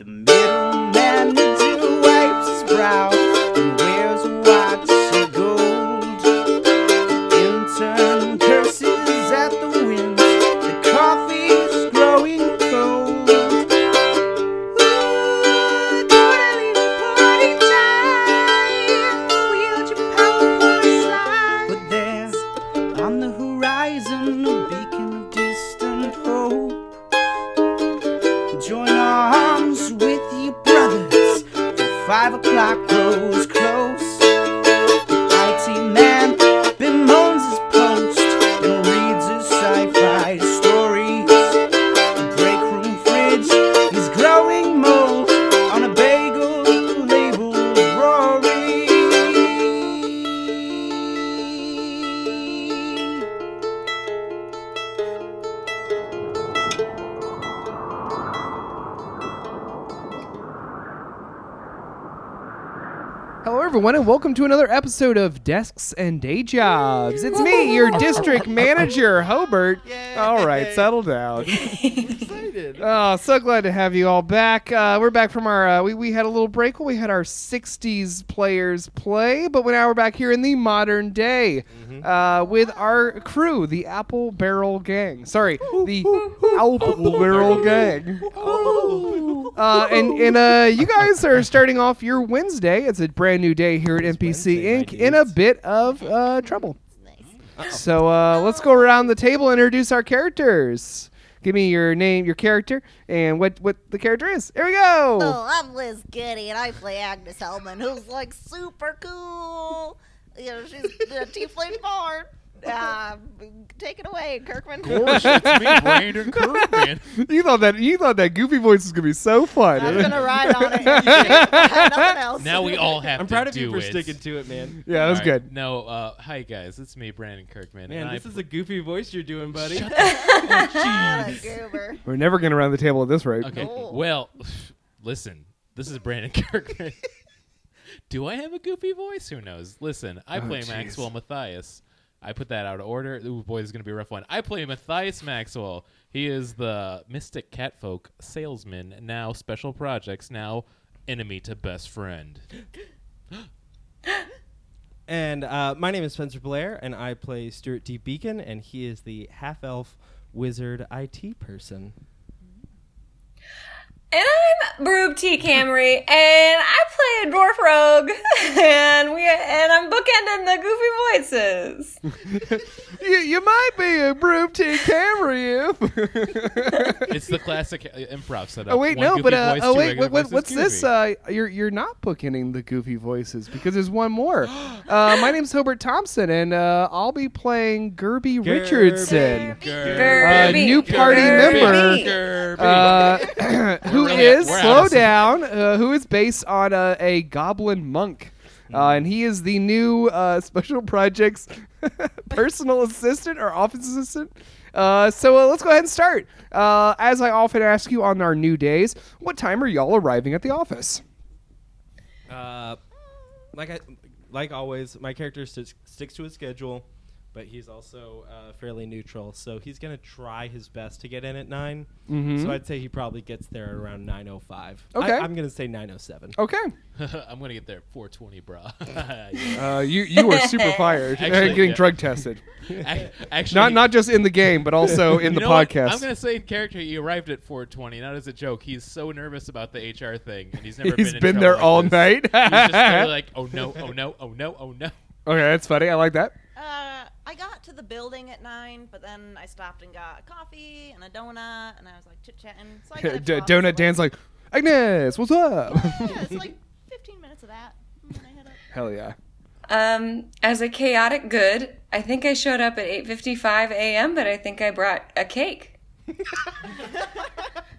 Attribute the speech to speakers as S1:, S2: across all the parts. S1: The middleman needs to wipe his brow and wears a watch of gold. Intern curses at the wind. The coffee's growing cold. Ooh, totally party time. Wield your powerful slide. But there, on the horizon, a beacon of distant hope. Join our arms with your brothers. The five o'clock grows close. The IT man bemoans his post and reads his sci-fi stories. The break room fridge is growing mold on a bagel labeled Rory.
S2: Hello, everyone, and welcome to another episode of Desks and Day Jobs. It's me, your district manager, Hobart. All right, settle down. Oh, so glad to have you all back. Uh, we're back from our. Uh, we, we had a little break where we had our 60s players play, but now we're back here in the modern day
S3: Mm-hmm.
S2: uh, with our crew, the Apple Barrel Gang. Sorry, the Apple Barrel Gang. Uh, and and uh, you guys are starting off your Wednesday. It's a brand new day here at NPC
S3: Wednesday, my
S2: Inc. in a
S3: dudes.
S2: bit of uh, trouble. So uh, let's go around the table and introduce our characters. Give me your name, your character, and what what the character is. Here we go.
S4: Oh, I'm Liz Goody, and I play Agnes Hellman, who's like super cool. You know, she's a tiefling bard. Uh, take it away, Kirkman.
S3: course, it's me, Brandon Kirkman.
S2: You thought that you thought that goofy voice was gonna be so fun.
S4: I'm gonna ride on it. Nothing else.
S3: Now we all have
S5: I'm
S3: to
S5: proud of
S3: do
S5: you for
S3: it.
S5: sticking to it, man.
S2: yeah, that was
S3: All right.
S2: good.
S3: No, uh, hi guys, it's me, Brandon Kirkman.
S5: Man,
S3: and
S5: this
S3: I,
S5: is a goofy voice you're doing, buddy.
S4: What a Ah, goober.
S2: We're never getting around the table at this rate.
S3: okay.
S4: Oh.
S3: Well, listen, this is Brandon Kirkman. do I have a goofy voice? Who knows? Listen, I play
S2: Oh, jeez.
S3: Maxwell Matthias. I put that out of order. Ooh, boy, this is gonna be a rough one. I play Matthias Maxwell. He is the Mystic Catfolk salesman. Now special projects. Now enemy to best friend.
S5: and uh, my name is Spencer Blair, and I play Stuart D. Beacon, and he is the half elf wizard IT person.
S6: And I'm Broob T. Camry, and I play a dwarf rogue, and we and I'm bookending the goofy voices.
S2: You, you might be a broom team camera if.
S3: It's the classic uh, improv setup.
S2: Oh wait,
S3: One
S2: no,
S3: goofy
S2: but uh,
S3: voice,
S2: oh
S3: two
S2: wait,
S3: regular
S2: what, what,
S3: voices,
S2: what's this?
S3: goofy.
S2: Uh, you're you're not bookending the goofy voices because there's one more. Uh, my name's Hobart Thompson, and uh, I'll be playing Gerby Richardson,
S6: Gerby.
S2: Uh, new party
S6: Gerby.
S2: uh, who
S3: We're out-
S2: is
S3: we're out
S2: slow
S3: of-
S2: down, uh, who is based on a, a goblin monk, uh,
S3: Mm.
S2: and he is the new uh, special projects personal assistant or office assistant. Uh, so uh, let's go ahead and start. Uh, as I often ask you on our new days, what time are y'all arriving at the office?
S5: Uh, like I, like always, my character st- sticks to his schedule, but he's also uh, fairly neutral, so he's gonna try his best to get in at 9 So I'd say he probably gets there around nine oh five.
S2: Okay.
S5: I'm gonna say nine oh seven.
S2: Okay.
S3: I'm gonna get there at 420, brah.
S2: Uh, you you are super fired.
S3: Actually,
S2: and getting
S3: yeah.
S2: drug tested.
S3: Ac- Actually,
S2: Not not just in the game, but also in
S3: you
S2: the
S3: know what?
S2: podcast.
S3: I'm gonna say in character. You arrived at 420. Not as a joke. He's so nervous about the HR thing, and he's never
S2: He's
S3: been.
S2: been there all night.
S3: He's just kinda like, oh no, oh no, oh no, oh no.
S2: okay, that's funny. I like that.
S4: Uh, I got to the building at nine, but then I stopped and got a coffee and a donut, and I was like chit chatting. So I got a
S2: D-
S4: job, so,
S2: Donut
S4: like-
S2: Dan's like, Agnes, what's up?
S4: Yeah, it's like 15 minutes of that. and then I head up.
S2: Hell yeah.
S6: Um, as a chaotic good, I think I showed up at 8:55 a.m., but I think I brought a cake.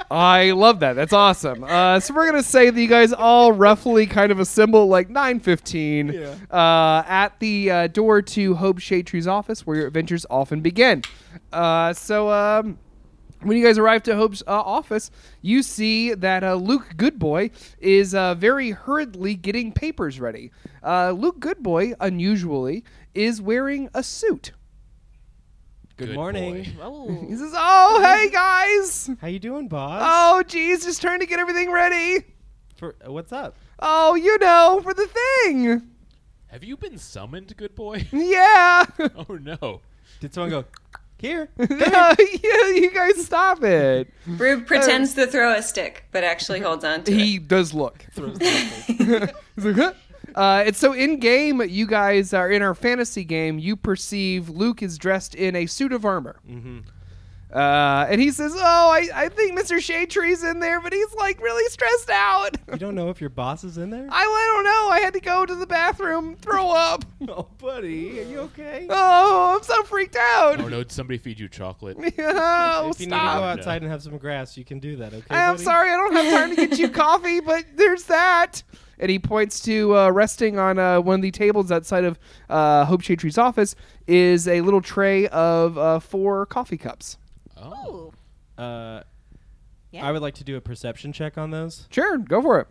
S2: I love that. That's awesome. Uh, so we're gonna say that you guys all roughly kind of assemble like 9:15 uh, at the uh, door to Hope Shade Tree's office, where your adventures often begin. Uh, so um, when you guys arrive to Hope's uh, office, you see that uh, Luke Goodboy is uh, very hurriedly getting papers ready. Uh, Luke Goodboy, unusually, is wearing a suit.
S5: Good,
S3: Good
S5: morning.
S3: boy.
S2: He
S4: Oh,
S2: says, "Oh, hey guys!
S5: How you doing, boss?
S2: Oh, geez, just trying to get everything ready.
S5: For, uh, what's up?
S2: Oh, you know, for the thing.
S3: Have you been summoned, good boy?
S2: Yeah,
S3: oh no.
S5: Did someone go here?
S2: yeah, you guys stop it.
S6: Rube pretends to throw a stick, but actually holds on to
S2: He
S6: it.
S2: does look.
S5: Throws the apple.
S2: He's like, huh? Uh, and so in game, you guys are in our fantasy game. You perceive Luke is dressed in a suit of armor. Uh, and he says, "Oh, I, I think Mr. Shade Tree's in there, but he's like really stressed out.
S5: you don't know if your boss is in there?
S2: I, I don't know. I had to go to the bathroom, throw up.
S5: oh, buddy, are you okay?
S2: Oh, I'm so freaked out.
S3: Oh no, did somebody feed you chocolate?
S2: Oh,
S5: if you need to go
S2: stop.
S5: outside and have some grass, you can do that. Okay.
S2: I'm
S5: buddy?
S2: sorry, I don't have time to get you coffee, but there's that. And he points to uh, resting on uh, one of the tables outside of uh, Hope Shade Tree's office is a little tray of uh, four coffee cups.
S3: Oh.
S5: Uh,
S4: Yeah.
S5: I would like to do a perception check on those.
S2: Sure, go for it.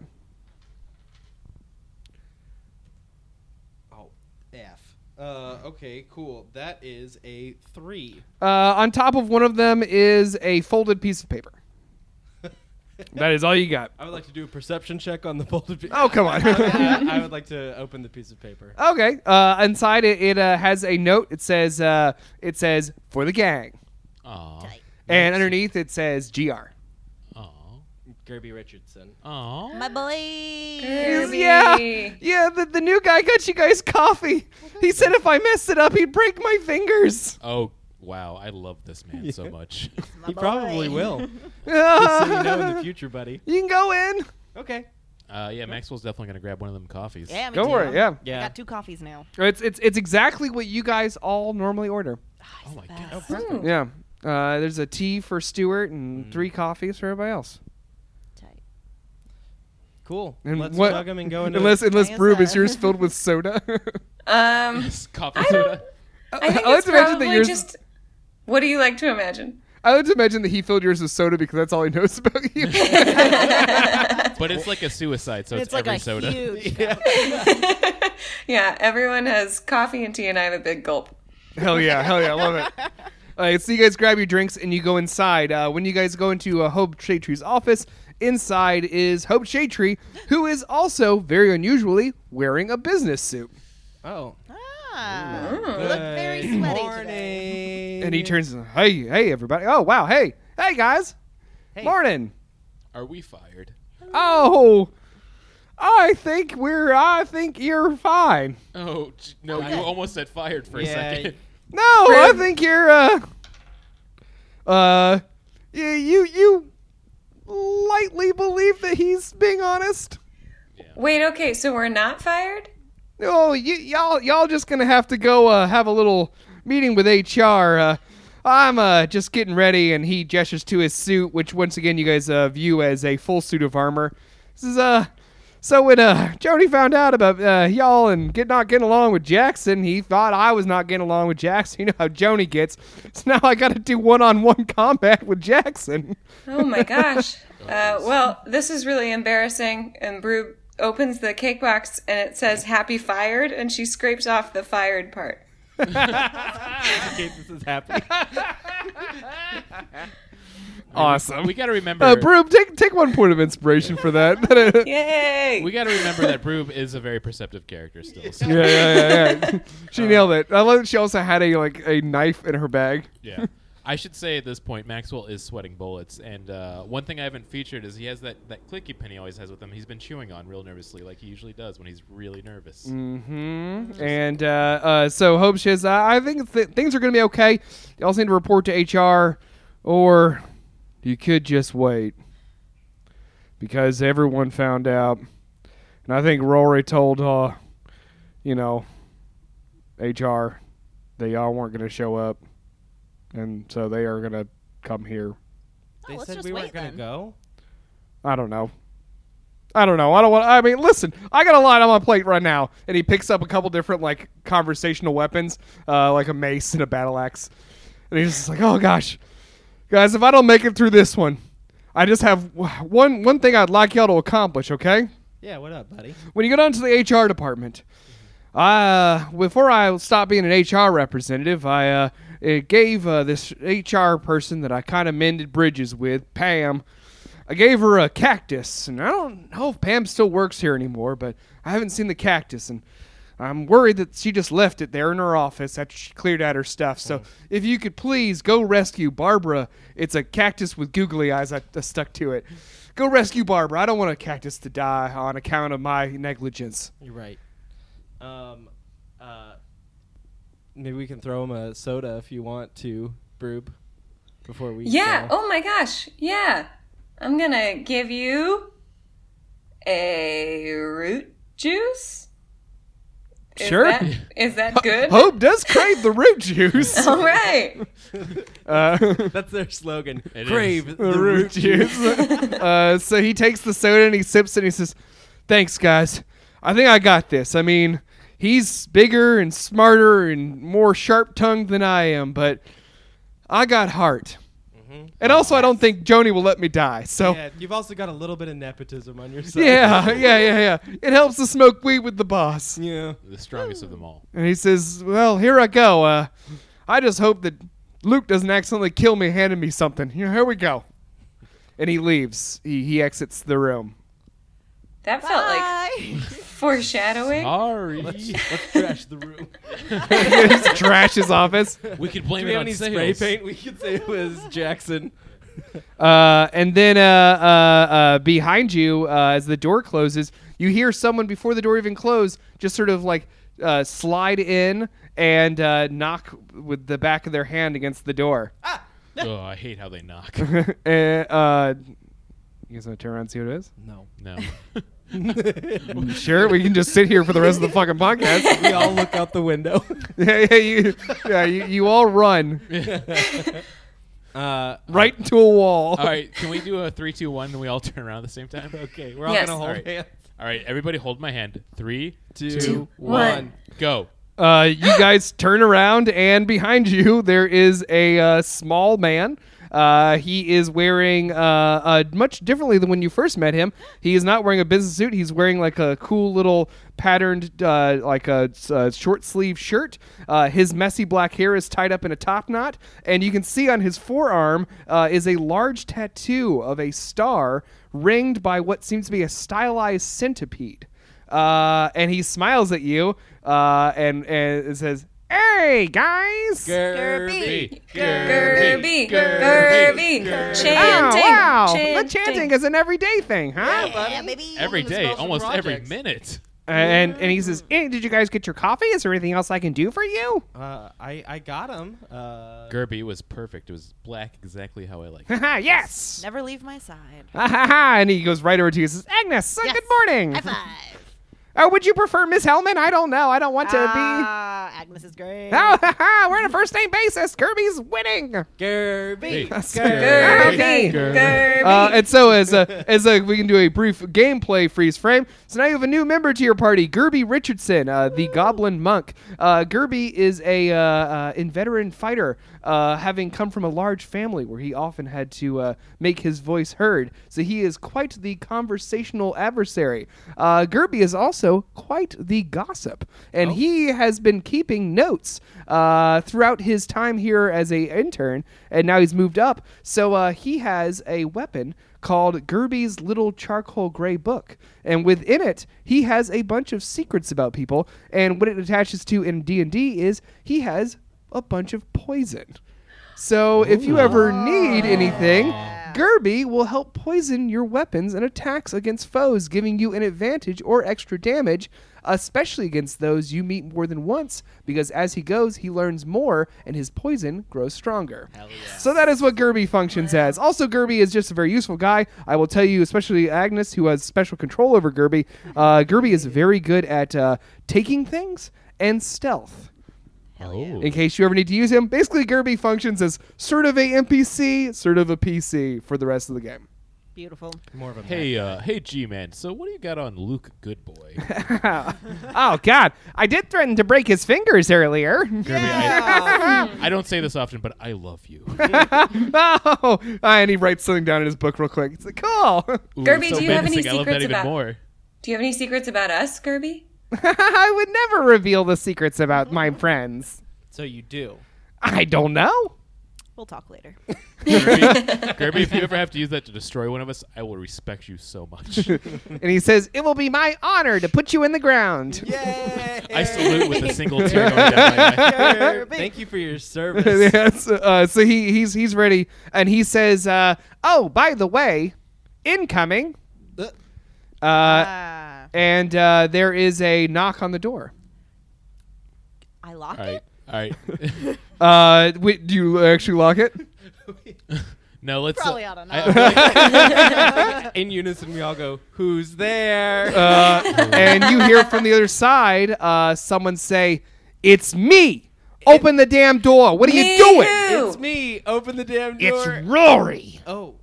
S5: Oh, f. Uh, okay, cool. That is a three.
S2: Uh, on top of one of them is a folded piece of paper. that is all you got.
S5: I would like to do a perception check on the folded. Pe-
S2: Oh, come on.
S5: I, I would like to open the piece of paper.
S2: Okay. Uh, inside it, it uh, has a note. It says, uh, "It says for the gang,"
S3: Aw.
S4: tight.
S2: and underneath it says "gr."
S3: Aw.
S5: Gerby Richardson.
S3: Aw.
S4: my boy.
S2: He's-
S6: Kirby.
S2: yeah, yeah. The, the new guy got you guys coffee. He said if I messed it up, he'd break my fingers.
S3: Oh wow, I love this man so much.
S4: My
S5: He
S4: boy.
S5: probably will. so you know in the
S2: Uh,
S5: future, buddy.
S2: you can go in.
S5: Okay.
S3: Uh, yeah, Maxwell's definitely gonna grab one of them coffees.
S4: Yeah, me
S2: Go
S4: too.
S2: for it. Yeah.
S4: I
S5: Yeah.
S4: got two coffees now.
S2: It's it's it's exactly what you guys all normally order.
S3: Oh my
S4: Best.
S3: god.
S2: Yeah. Uh, there's a tea for Stuart and
S5: Mm.
S2: three coffees for everybody else.
S4: Tight.
S5: Cool.
S2: And
S5: Let's
S2: what-
S5: plug him and go into.
S2: Unless unless
S4: Yes,
S2: Brube is
S4: uh,
S2: yours filled with soda.
S6: Um,
S3: Yes, coffee soda.
S6: I think
S2: I like
S6: it's
S2: to imagine that
S6: probably
S2: yours-
S6: just. What do you like to imagine?
S2: I would imagine that he filled yours with soda because that's all he knows about you.
S3: But it's like a suicide, so
S4: It's,
S3: it's,
S4: like
S3: every
S4: a
S3: soda.
S4: huge.
S6: yeah, everyone has coffee and tea, and I have a big gulp.
S2: Hell yeah, hell yeah, I love it. All right, so you guys grab your drinks and you go inside. Uh, when you guys go into uh, Hope Shade Tree's office, inside is Hope Shade Tree, who is also, very unusually, wearing a business suit.
S5: oh.
S4: Ah, you
S6: Mm.
S4: look very
S5: Good
S4: sweaty
S5: morning.
S4: today.
S2: And he turns, and, hey, hey, everybody. Oh, wow, hey, hey, guys. Morning.
S3: Are we fired?
S2: Oh, I think we're, I think you're fine.
S3: Oh j- no, you almost said fired for
S5: Yeah.
S3: a second.
S2: No, I think you're, uh, uh, you, you, you lightly believe that he's being honest.
S6: Wait, okay, so we're not fired?
S2: Oh, y- y'all, y'all just gonna have to go uh, have a little meeting with HR. Uh, I'm uh, just getting ready, and he gestures to his suit, which once again you guys uh, view as a full suit of armor. This is uh, so when uh, Jody found out about uh, y'all and get not getting along with Jackson, he thought I was not getting along with Jackson. You know how Joni gets. So now I got to do one-on-one combat with Jackson.
S6: Oh my gosh. Uh, well, this is really embarrassing. And Brew opens the cake box and it says happy fired, and she scrapes off the fired part.
S5: In case this is happening.
S2: Awesome.
S3: We gotta remember
S2: Uh, Broom, take take one point of inspiration for that.
S6: Yay!
S3: we gotta remember that Broob is a very perceptive character still. So,
S2: yeah, yeah, yeah, yeah. she nailed it. I love that she also had a like a knife in her bag.
S3: yeah. I should say at this point, Maxwell is sweating bullets, and uh, one thing I haven't featured is he has that, that clicky pen he always has with him. He's been chewing on real nervously, like he usually does when he's really nervous.
S2: Mm. Mm-hmm. And uh, uh, so Hope says, I, I think th- things are going to be okay. You also need to report to HR, or you could just wait because everyone found out, and I think Rory told, uh, you know, HR they all weren't going to show up, and so they are going to come here
S5: They
S4: let's
S5: said
S4: just
S5: we weren't
S4: wait
S5: gonna
S4: then.
S5: go.
S2: I don't know. I don't know. I don't want. I mean, listen. I got a lot on my plate right now, and he picks up a couple different like conversational weapons, uh, like a mace and a battle axe, and he's just like, "Oh gosh, guys, if I don't make it through this one, I just have w- one one thing I'd like y'all to accomplish. Okay,
S5: Yeah. What up, buddy?
S2: when you go down to the HR department, uh, before I stopped being an HR representative, I uh, it gave uh, this HR person that I kind of mended bridges with, Pam, I gave her a cactus, and I don't know if Pam still works here anymore, but I haven't seen the cactus, and I'm worried that she just left it there in her office after she cleared out her stuff. So if you could please go rescue Barbara, it's a cactus with googly eyes. I, I stuck to it. Go rescue Barbara. I don't want a cactus to die on account of my negligence.
S5: You're right. Um, uh, maybe we can throw him a soda if you want to, Broob, before we.
S6: Yeah.
S5: go.
S6: Oh my gosh. Yeah. I'm going to give you a root juice. Is
S2: Sure.
S6: That, is that good?
S2: Hope does crave the root juice.
S6: All right.
S2: Uh,
S5: That's their slogan.
S3: It
S5: Crave
S3: is.
S5: the
S2: the root juice. uh, so he takes the soda and he sips it and he says, Thanks, guys. I think I got this. I mean, he's bigger and smarter and more sharp tongued than I am, but I got heart. And also, I don't think Joni will let me die. So, Mm-hmm. yeah,
S5: Yeah, you've also got a little bit of nepotism on your side.
S2: yeah, yeah, yeah. It helps to smoke weed with the boss.
S5: Yeah.
S3: The strongest of them all.
S2: And he says, Well, here I go. Uh, I just hope that Luke doesn't accidentally kill me handing me something. Here, here we go. And he leaves. He, he exits the room.
S6: That felt like foreshadowing.
S3: Sorry.
S5: Let's trash the room.
S2: Just trash his office.
S3: we could blame
S5: Do we
S3: it
S5: have
S3: on
S5: any
S3: sales.
S5: spray paint? We could say it was Jackson.
S2: Uh, and then uh, uh, uh, behind you, uh, as the door closes, you hear someone before the door even closed just sort of like uh, slide in and uh, knock with the back of their hand against the door.
S3: Oh, I hate how they knock.
S2: uh, uh, you guys want to turn around and see who it is?
S5: No.
S3: No.
S2: Sure, we can just sit here for the rest of the fucking podcast.
S5: we all look out the window.
S2: yeah, yeah, you, yeah, you, you all run
S5: Uh,
S2: right into a wall.
S3: all right, can we do a three, two, one, and we all turn around at the same time?
S5: okay, we're all
S6: Yes.
S5: gonna hold
S3: All right.
S5: hands.
S3: All right, everybody, hold my hand. Three,
S5: Two,
S6: one.
S3: go.
S2: Uh, you guys turn around, and behind you there is a uh, small man. Uh, he is wearing uh, uh, much differently than when you first met him. He is not wearing a business suit. He's wearing like a cool little patterned, uh, like a, uh short sleeve shirt. Uh, his messy black hair is tied up in a top knot, and you can see on his forearm uh, is a large tattoo of a star ringed by what seems to be a stylized centipede uh, and he smiles at you uh, and and it says, "Hey guys!"
S3: Hey.
S6: Gerby.
S3: Gerby.
S6: Gerby.
S2: Oh,
S6: Chanting.
S2: wow!
S6: Chanting.
S2: The chanting is an everyday thing, huh?
S4: Yeah, maybe
S3: Every day, almost every
S5: projects.
S3: minute.
S2: And and he says, "Eh, "Did you guys get your coffee? Is there anything else I can do for you?"
S5: Uh, I I got him. Uh,
S3: Gerby was perfect. It was black, exactly how I like it.
S2: Haha, yes.
S7: Never leave my side.
S2: Ha ha ha! And he goes right over to you and says, "Agnes, uh,
S4: Yes.
S2: good morning.
S4: High five.
S2: Oh, would you prefer Miss Hellman? I don't know. I don't want to be."
S4: Ah, Agnes is great.
S2: Oh, ha ha! We're on a first name basis. Kirby's winning.
S5: Gerby.
S6: Gerby. Gerby.
S2: Uh, and so, as a, as a, we can do a brief gameplay freeze frame. So now you have a new member to your party, Gerby Richardson, uh, the Goblin Monk. Uh, Gerby is a uh, uh, inveterate fighter, uh, having come from a large family where he often had to uh, make his voice heard. So he is quite the conversational adversary. Uh, Gerby is also quite the gossip, and he has been keeping notes uh, throughout his time here as a intern, and now he's moved up. So uh, he has a weapon called Gerby's Little Charcoal Gray Book, and within it he has a bunch of secrets about people. And what it attaches to in D and D is he has a bunch of poison. So if you ever need anything, Gerby will help poison your weapons and attacks against foes, giving you an advantage or extra damage, especially against those you meet more than once, because as he goes, he learns more and his poison grows stronger. So that is what Gerby functions as. Also, Gerby is just a very useful guy. I will tell you, especially Agnes, who has special control over Gerby, uh, Gerby is very good at uh, taking things and stealth
S3: Oh.
S2: in case you ever need to use him. Basically, Gerby functions as sort of a NPC, sort of a PC for the rest of the game.
S4: Beautiful.
S5: More of a
S3: Hey, uh, hey, G-Man. So, what do you got on Luke Goodboy? Gerby,
S2: Oh God, I did threaten to break his fingers earlier.
S3: I, I don't say this often, but I love you.
S2: oh, and he writes something down in his book real quick. It's like, cool.
S3: Ooh,
S6: Gerby,
S3: so
S6: do you have any
S3: menacing. I love that
S6: secrets
S3: even
S6: about-
S3: more.
S6: Do you have any secrets about us, Gerby?
S2: I would never reveal the secrets about my friends.
S5: So you do.
S2: I don't know.
S7: We'll talk later.
S3: Kirby, Kirby, if you ever have to use that to destroy one of us, I will respect you so much.
S2: And he says, It will be my honor to put you in the ground.
S5: Yay!
S3: I salute with a single tear going down my eye.
S5: Thank you for your service.
S2: Yes, uh, so he, he's he's ready, and he says, uh, "Oh, by the way, incoming." Uh,
S7: Uh,
S4: Ah.
S2: and uh, there is a knock on the door.
S7: I lock
S3: All right,
S7: it.
S3: all right.
S2: Uh, wait, do you actually lock it?
S3: no, let's. uh,
S4: Probably oughta
S3: I-
S4: know.
S3: I feel like-
S5: In unison, we all go, "Who's there?"
S2: Uh, and you hear from the other side uh, someone say, "It's me! Open the damn door! What are you
S6: Me
S2: doing?
S6: who?
S5: it's me. Open the damn
S2: It's
S5: door.
S2: Rory!
S5: oh,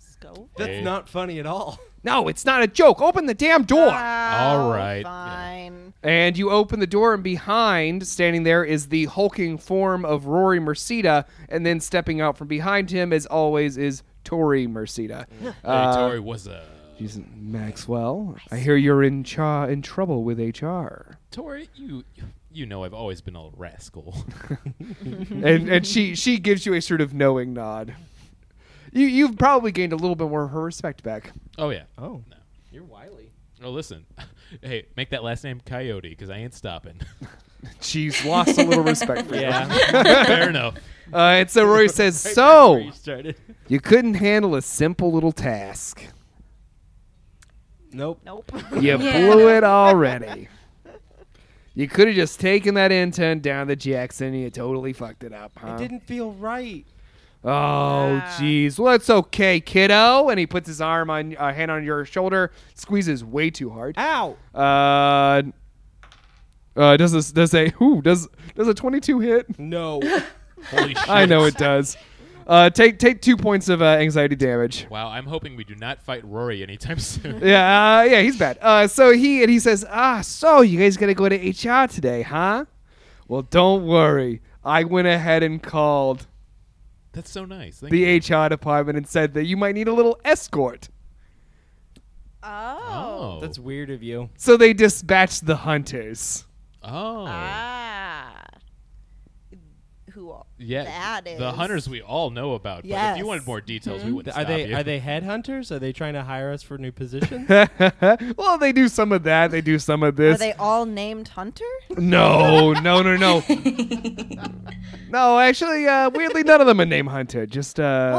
S7: Scove.
S5: that's
S3: Hey.
S5: not funny at all.
S2: No, it's not a joke. Open the damn door!"
S7: Ah.
S3: All right.
S4: Ah, Oh, Fine.
S2: And you open the door, and behind, standing there, is the hulking form of Rory Mercida. And then stepping out from behind him, as always, is Tori Mercida.
S3: Hey,
S2: Uh,
S3: Tori, what's up?
S2: she's Maxwell. I hear you're in cha- in trouble with HR.
S3: Tori, you, you know I've always been a rascal.
S2: and and she she gives you a sort of knowing nod. You you've probably gained a little bit more of her respect back.
S3: Oh yeah.
S5: Oh,
S3: No.
S5: you're wily.
S3: Oh listen, hey, make that last name Coyote because I ain't stopping.
S2: She's lost a little respect for
S5: Yeah.
S3: Fair enough.
S2: you. Uh, and so Rory says,
S5: Right
S2: "So
S5: before you started.
S2: you couldn't handle a simple little task.
S5: Nope.
S7: Nope.
S2: You
S6: Yeah.
S2: blew it already. You could have just taken that intern down to Jackson. and You totally fucked it up, huh?
S5: It didn't feel right.
S2: Oh, jeez. Well, it's okay, kiddo. And he puts his arm on, uh, hand on your shoulder, squeezes way too hard.
S5: Ow.
S2: Uh, uh, does this does a who does does a twenty two hit?
S5: No.
S3: Holy shit.
S2: I know it does. Uh, take take two points of uh, anxiety damage.
S3: Wow, I'm hoping we do not fight Rory anytime soon.
S2: Yeah, uh, yeah, he's bad. Uh, so he and he says, ah, so you guys gotta go to HR today, huh? Well, don't worry. I went ahead and called
S3: That's so nice. Thank you.
S2: the HR department and said that you might need a little escort.
S7: Oh.
S3: Oh.
S5: That's weird of you.
S2: So they dispatched the hunters.
S3: Oh.
S4: Ah. Who? All?
S3: yeah.
S4: that
S3: The
S4: is-
S3: hunters we all know about. But if you
S4: Yes. Mm-hmm.
S3: wanted more details, we wouldn't
S5: Are
S3: stop
S5: they
S3: you.
S5: are they headhunters? Are they trying to hire us for new positions?
S2: well, they do some of that. They do some of
S7: Are
S2: this.
S7: they all named Hunter?
S2: Uh, No, no, no, no. no, actually, uh, weirdly, none of them are name hunter. Just, uh,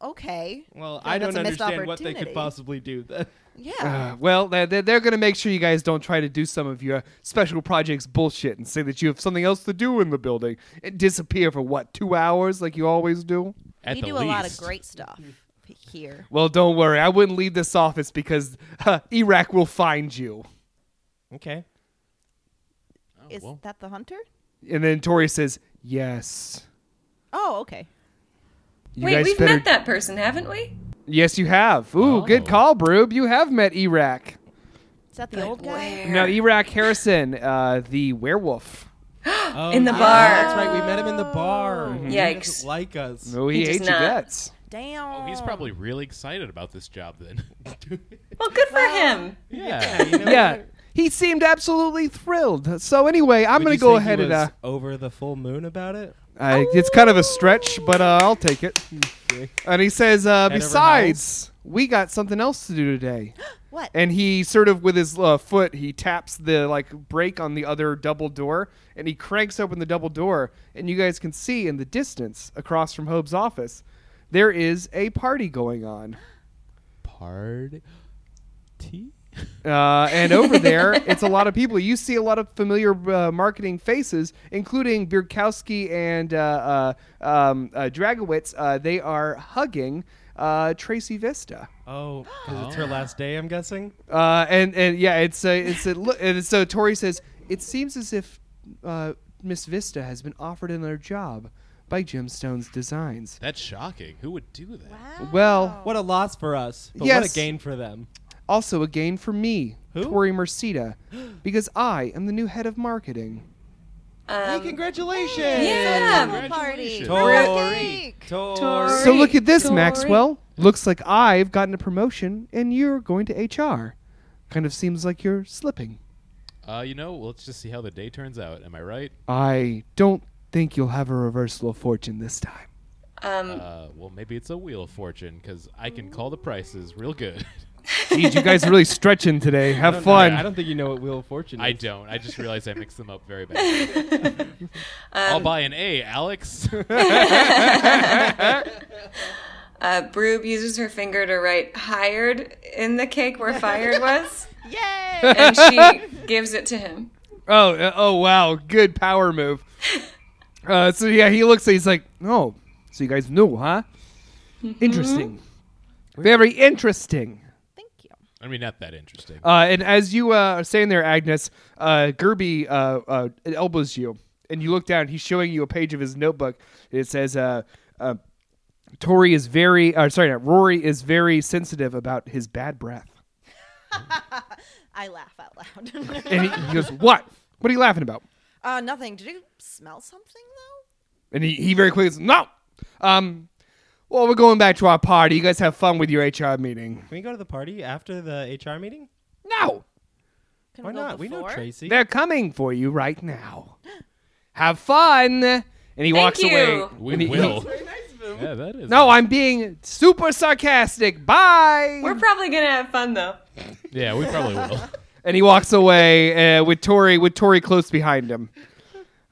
S4: Well, okay.
S5: well,
S4: Yeah,
S5: I
S4: that's
S5: don't
S4: a missed
S5: understand what they could
S4: opportunity.
S5: possibly do. Then.
S4: Yeah.
S2: uh, well, they're, they're, they're going to make sure you guys don't try to do some of your special projects bullshit and say that you have something else to do in the building and disappear for, what, two hours like you always do?
S3: At
S4: we
S3: the
S4: do a lot of
S3: least.
S4: great stuff here.
S2: Well, don't worry. I wouldn't leave this office because huh, Iraq will find you.
S5: Okay.
S3: Oh,
S7: Is
S3: well.
S7: that the Hunter?
S2: And then Tori says, yes.
S7: Oh, okay.
S2: You
S6: Wait,
S2: guys
S6: we've
S2: better
S6: met that person, haven't we?
S2: Yes, you have. Ooh,
S3: Oh.
S2: good call, Broob. You have met Iraq.
S7: Is that the old guy?
S2: No, Iraq Harrison, uh, the werewolf.
S5: Oh,
S6: In the
S5: yeah,
S6: bar. Oh.
S5: That's right. We met him in the bar. He
S6: Yikes.
S5: doesn't like us.
S2: No, he,
S6: He does
S2: ate your
S6: not.
S2: guts.
S7: Damn.
S3: Oh, he's probably really excited about this job then.
S6: Well, good for him.
S3: yeah.
S5: You know,
S2: Yeah, he seemed absolutely thrilled. So anyway, I'm
S5: would
S2: gonna
S5: you
S2: go
S5: say he
S2: ahead and uh,
S5: was over the full moon about it.
S2: I, it's kind of a stretch, but uh, I'll take it. And he says, uh,
S5: Head over
S2: besides, we got something else to do today.
S4: What?
S2: And he sort of with his uh, foot, he taps the like brake on the other double door, and he cranks open the double door, and you guys can see in the distance across from Hobe's office, there is a party going on.
S3: Party.
S2: Uh, and over there, it's a lot of people. You see a lot of familiar uh, marketing faces, including Birkowski and uh, uh, um, uh, Dragowitz. Uh, they are hugging uh, Tracy Vista.
S5: Oh, 'cause it's her last day, I'm guessing.
S2: Uh, and and yeah, it's a it's a look. And so Tori says it seems as if uh, Miss Vista has been offered another job by Gemstone's Designs.
S3: That's shocking. Who would do that?
S2: Well,
S5: What a loss for us, but what
S2: Yes.
S5: a gain for them.
S2: also a gain for me,
S5: Who?
S2: Tori Mercida, because I am the new head of marketing.
S5: hey,
S6: Um,
S5: congratulations!
S6: yeah.
S3: Congratulations.
S5: Tori,
S6: Tori.
S2: So look at this,
S6: Dory.
S2: Maxwell. Looks like I've gotten a promotion and you're going to HR. Kind of seems like you're slipping.
S3: Uh, you know, let's just see how the day turns out. Am I right?
S2: I don't think you'll have a reversal of fortune this time.
S6: Um,
S3: Uh, well, maybe it's a wheel of fortune because I can call the prices real good.
S2: Geez, you guys really stretching today. Have fun.
S5: I don't think you know what Wheel of Fortune is.
S3: I don't. I just realized I mixed them up very bad.
S4: Um,
S3: I'll buy an A, Alex.
S6: uh, Broob uses her finger to write hired in the cake where fired was,
S7: Yay!
S6: and she gives it to him.
S2: Oh, uh, oh wow, good power move. Uh, so yeah, he looks. He's like, oh, so you guys knew, huh? Interesting, very interesting.
S7: Thank you.
S3: I mean, not that interesting.
S2: Uh, and as you uh, are saying there, Agnes, uh, Gerby uh, uh, elbows you, and you look down. He's showing you a page of his notebook. It says, uh, uh, "Tori is very, uh, sorry, not, Rory is very sensitive about his bad breath."
S7: I laugh out loud.
S2: And he, he goes, "What? What are you laughing about?"
S7: uh, nothing. Did you smell something though?
S2: And he, he very quickly says, No! Um, well, we're going back to our party. You guys have fun with your HR meeting.
S5: Can we go to the party after the HR meeting?
S2: No!
S7: Can
S5: Why
S7: we go
S5: not? We know
S7: before?
S5: Tracy.
S2: They're coming for you right now. Have fun! And he walks
S6: you.
S2: away.
S3: we
S2: And he-
S3: will.
S2: he-
S3: yeah, that is.
S2: no, I'm being super sarcastic. Bye!
S6: We're probably gonna have fun though.
S3: Yeah, we probably will.
S2: and he walks away uh, with Tori with Tori close behind him.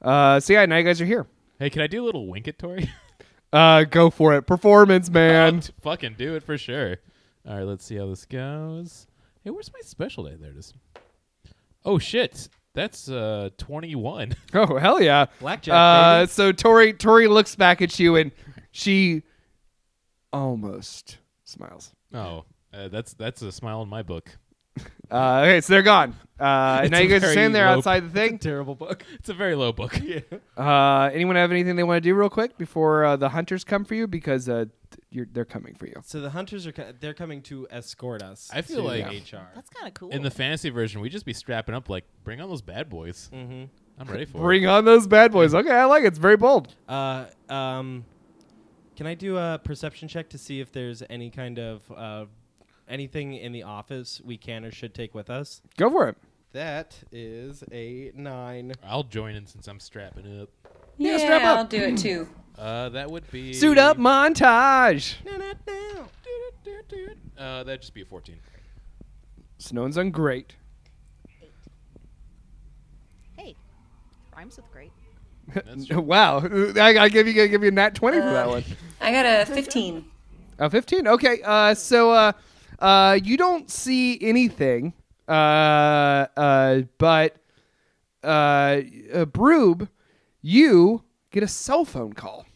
S2: Uh, so yeah, now you guys are here.
S3: hey, can I do a little wink at Tori?
S2: Uh, go for it. Performance, man.
S3: I'll fucking do it for sure. All right, let's see how this goes. Hey, where's my special day? There it is. Oh shit, that's uh 21.
S2: Oh hell yeah,
S5: Blackjack,
S2: Uh,
S5: baby.
S2: So Tori Tori looks back at you and she almost smiles.
S3: oh, uh, that's that's a smile in my book.
S2: Uh, okay, so they're gone. Uh, and
S3: It's
S2: now you
S3: a
S2: guys are
S3: very
S2: standing there
S3: low-
S2: outside the thing.
S5: Terrible book.
S3: It's a very low book. Yeah.
S2: Uh, anyone have anything they want to do real quick before uh, the hunters come for you because uh, th- you're, they're coming for you.
S5: So the hunters are co- they're coming to escort us.
S3: I feel
S5: to
S3: like-
S5: HR.
S7: That's kind of cool.
S3: In the fantasy version, we just be strapping up like bring on those bad boys. Mm-hmm. I'm ready for it.
S2: Bring on those bad boys. Okay, I like it. It's very bold.
S5: Uh, um, can I do a perception check to see if there's any kind of uh, anything in the office we can or should take with us?
S2: Go for it.
S5: That is a nine.
S3: I'll join in since I'm strapping up.
S6: Yeah,
S2: strap up.
S6: I'll do it too.
S3: Uh, that would be
S2: Suit up montage.
S3: Uh, that'd just be a 14.
S2: Snow's on great.
S7: hey, rhymes with great.
S3: That's true.
S2: wow, I, I give you I give you a nat twenty for that one.
S6: I got a 15.
S2: Uh, 15. Okay. Uh, so uh, uh, you don't see anything, uh, uh, but uh, uh, Broob, you get a cell phone call.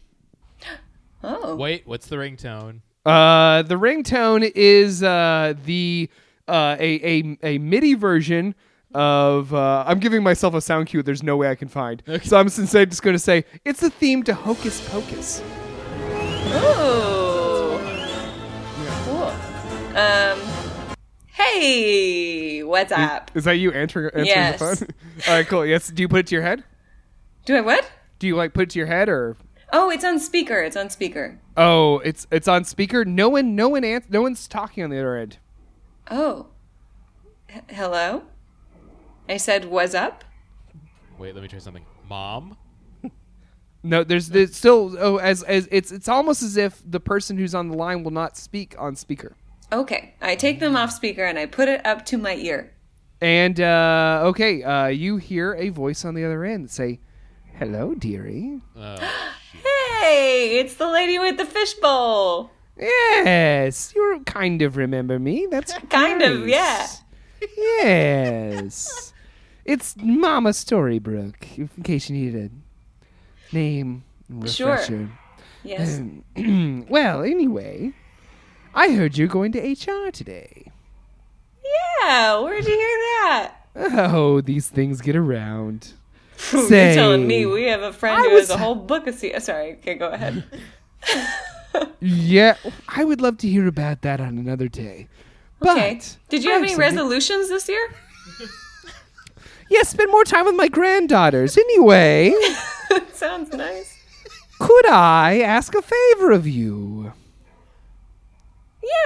S6: Oh,
S3: Wait, what's the ringtone?
S2: Uh, the ringtone is uh, the uh, a, a a MIDI version of uh, I'm giving myself a sound cue. There's no way I can find. So I'm instead just going to say it's the theme to Hocus Pocus.
S6: oh, cool. Um, hey, what's up?
S2: Is that you answering, answering
S6: Yes.
S2: the phone? All right, cool. Yes. Do you put it to your head?
S6: Do I what?
S2: Do you like put it to your head or?
S6: Oh, it's on speaker. It's on speaker.
S2: Oh, it's it's on speaker. No one, no one, ans- no one's talking on the other end.
S6: Oh, H- hello. I said, "What's up?"
S3: Wait, let me try something. Mom?
S2: No, there's, there's still oh, as as it's it's almost as if the person who's on the line will not speak on speaker.
S6: Okay, I take them off speaker and I put it up to my ear.
S2: And uh, okay, uh, you hear a voice on the other end say, "Hello, dearie."
S6: Hey, it's the lady with the fishbowl.
S2: Yes, you kind of remember me. That's
S6: Kind of,
S2: nice. Yes, it's Mama Storybrooke. In case you needed a name
S6: Sure.
S2: refresher.
S6: Yes.
S2: well, anyway, I heard you're going to HR today.
S6: yeah. Where'd you hear that?
S2: Oh, these things get around.
S6: You're
S2: Say.
S6: telling me we have a friend
S2: I
S6: who has
S2: was-
S6: a whole book of C. Sorry, okay, go ahead.
S2: Yeah, I would love to hear about that on another day. But
S6: Okay. Did you
S2: I
S6: have any
S2: something-
S6: resolutions this year?
S2: Yes, spend more time with my granddaughters. Anyway,
S6: Sounds nice.
S2: could I ask a favor of you?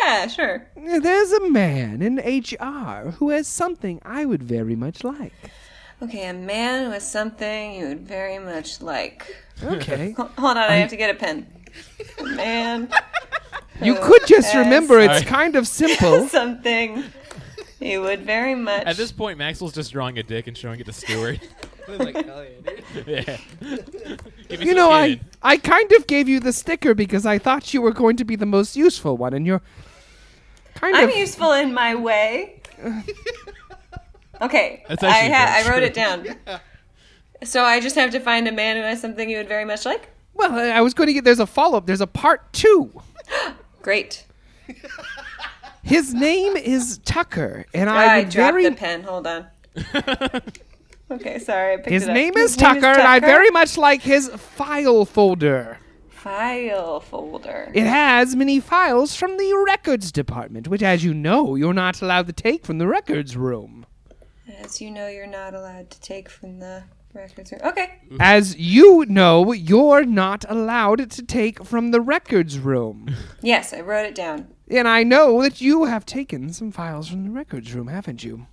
S6: Yeah, sure.
S2: There's a man in HR who has something I would very much like.
S6: Okay, a man with something you would very much like.
S2: Okay.
S6: Hold on, I have to get a pen. A man.
S2: you
S6: who
S2: could just
S6: has
S2: remember it's
S3: Sorry.
S2: kind of simple.
S6: something you would very much.
S3: Oh. At this point, Maxwell's just drawing a dick and showing it to Stewart. yeah. Give me
S2: You
S3: some
S2: know, I,
S3: cannon.
S2: I kind of gave you the sticker because I thought you were going to be the most useful one, and you're kind
S6: I'm
S2: of.
S6: useful in my way. okay,
S3: That's
S6: I,
S3: actually
S6: ha-
S3: very
S6: I wrote
S3: true.
S6: it down. So I just have to find a man who has something you would very much like.
S2: well, I- I was going to get. There's a follow up. There's a part two.
S6: Great.
S2: His name is Tucker, and
S6: I,
S2: I would
S6: dropped
S2: very.
S6: the pen. Hold on. Okay, sorry. I picked
S2: His
S6: it up.
S2: name is Tucker, and I very much like his file folder.
S6: file folder.
S2: It has many files from the records department, which, as you know, you're not allowed to take from the records room.
S6: As you know, you're not allowed to take from the records room. Okay.
S2: As you know, you're not allowed to take from the records room.
S6: Yes, I wrote it down.
S2: And I know that you have taken some files from the records room, haven't you?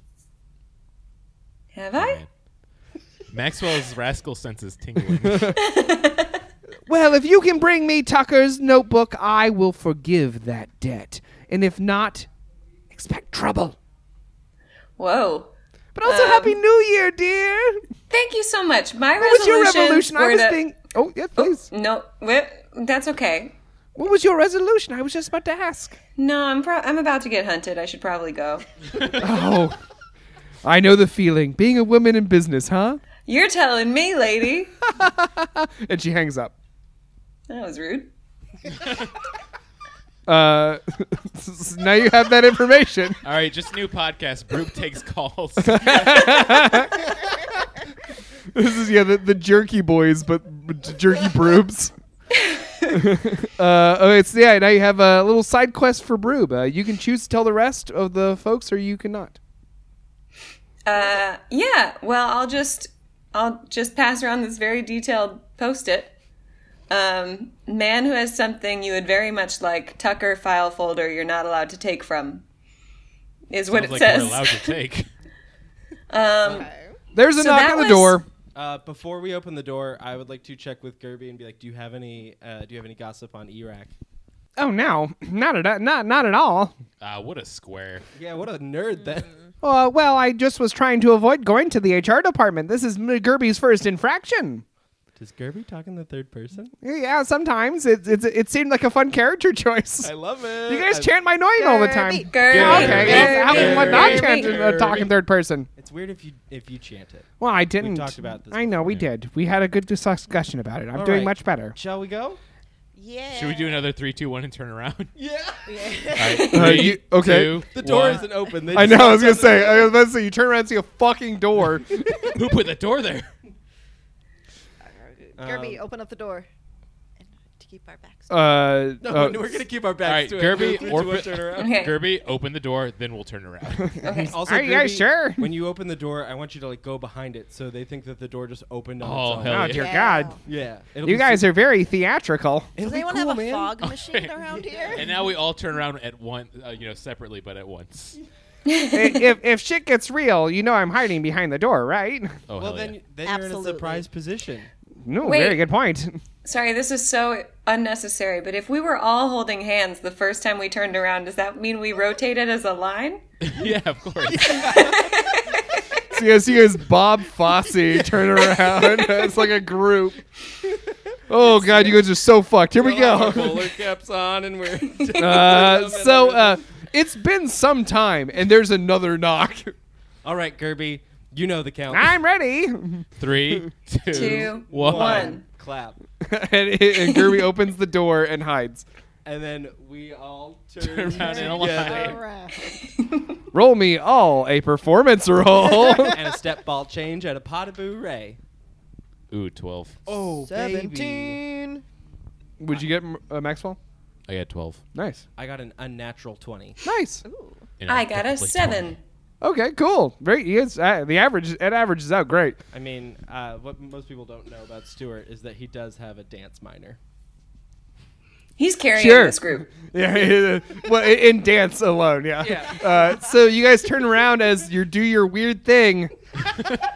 S6: Have I?
S3: Man. Maxwell's rascal senses tingling.
S2: Well, if you can bring me Tucker's notebook, I will forgive that debt. And if not, expect trouble.
S6: Whoa.
S2: But also,
S6: Um,
S2: Happy New Year, dear!
S6: Thank you so much. My
S2: What was your revolution?
S6: resolutions
S2: I
S6: were
S2: was
S6: to-
S2: thinking. Oh, yeah, please.
S6: No, wh- that's okay.
S2: What was your resolution? I was just about to ask.
S6: No, I'm pro- I'm about to get hunted. I should probably go.
S2: Oh. I know the feeling. Being a woman in business, huh?
S6: You're telling me, lady.
S2: And she hangs up.
S6: That was rude.
S2: Uh, now you have that information.
S3: All right, just new podcast. Broop takes calls.
S2: This is yeah, the, the jerky boys, but j- jerky brooms. uh, oh, it's yeah. Now you have a little side quest for Broob. Uh, you can choose to tell the rest of the folks, or you cannot.
S6: Uh, yeah. Well, I'll just I'll just pass around this very detailed post-it. Um, man who has something you would very much like Tucker file folder you're not allowed to take from is what
S3: Sounds
S6: it
S3: like
S6: says.
S3: we're allowed to take.
S6: Um,
S2: There's a
S6: So
S2: knock
S6: that
S2: on the
S6: was-
S2: door.
S5: Uh, before we open the door, I would like to check with Gerby and be like, "Do you have any? Uh, do you have any gossip on Iraq?"
S2: Oh, now not at not not at all.
S3: Ah, what a square.
S5: Yeah, what a nerd that.
S2: Uh, well, I just was trying to avoid going to the HR department. This is M- Gerby's first infraction.
S5: Does Gerby talk in the third person?
S2: Yeah, sometimes it it, it seemed like a fun character choice.
S5: I love it.
S2: you guys chant my name all the time.
S7: Gerby.
S6: Gerby.
S2: Okay,
S3: Gerby.
S2: yeah, how can one not
S3: Gerby.
S2: chant in a talking third person?
S5: It's weird if you if you chant it.
S2: Well, I didn't.
S5: talked about this
S2: I know we did. We had a good discussion about it. I'm
S5: All
S2: doing
S5: right.
S2: much better.
S5: Shall we go?
S7: Yeah.
S3: Should we do another three, two, one, and turn around?
S5: Yeah.
S3: All right,
S2: Uh,
S3: three,
S2: you- okay.
S3: two,
S5: The door
S3: one.
S5: isn't open. They
S2: I
S5: just
S2: know. I was gonna
S5: knocked on
S2: say. I was about to say. You turn around and see a fucking door.
S3: Who put the door there?
S7: Gerby,
S5: Um,
S7: open up the door. And to keep our backs.
S3: Oh,
S2: uh,
S5: the-
S2: uh,
S5: No, we're gonna keep our
S3: All
S5: backs
S3: right,
S5: to
S3: Gerby,
S5: it. We'll
S3: or
S5: do a turn around.
S6: Okay.
S3: Gerby, open the door, then we'll turn around.
S6: Okay.
S5: Also,
S2: Are you guys
S5: Gerby,
S2: sure?
S5: When you open the door, I want you to like go behind it, so they think that the door just opened on
S3: Oh,
S5: its own.
S3: hell
S2: oh
S3: yeah.
S2: dear
S7: Yeah.
S2: God!
S5: Yeah. It'll
S2: You
S5: be
S2: guys
S5: su-
S2: are very theatrical.
S5: It'll
S7: Does
S5: be
S7: anyone
S5: cool,
S7: have a
S5: man.
S7: fog machine around here?
S3: and now we all turn around at once, uh, you know, separately, but at once.
S2: I- if if shit gets real, you know I'm hiding behind the door, right?
S3: Oh,
S5: Well,
S3: hell
S5: then,
S3: yeah.
S5: then you're in a
S7: Absolutely.
S5: surprise position.
S2: No,
S6: Wait.
S2: very good point.
S6: Sorry, this is so unnecessary, but if we were all holding hands the first time we turned around, does that mean we rotated as a line?
S3: yeah, of course.
S2: So you guys, you guys Bob Fosse turn around. it's like a group. Oh god, you guys are so fucked. Here we go.
S3: Oh,
S5: Bowler caps on, and we're.
S2: Uh, so uh, it's been some time, and there's another knock.
S5: All right, Gerby, you know the count.
S2: I'm ready.
S3: Three, two,
S6: Two,
S3: one.
S6: one.
S5: Clap.
S2: and, and Gerby opens the door and hides.
S5: And then we all
S3: Turn around in a
S5: together.
S3: line.
S2: Roll me all a performance roll.
S5: and a step ball change at a pot of bouray.
S3: Ooh, 12.
S5: Oh,
S1: 17.
S2: Would you get uh, Maxwell?
S3: I got 12.
S2: Nice,
S5: I got an unnatural 20.
S2: nice.
S3: You know,
S6: I got a
S3: technically
S6: seven.
S2: Okay, cool. Very. he is- uh, the average. It averages out great.
S5: I mean, uh, what most people don't know about Stuart is that he does have a dance minor.
S6: He's carrying
S2: Sure.
S6: this group.
S2: Yeah, yeah, yeah. well, in- in dance alone, yeah. Uh, so you guys turn around as you do your weird thing,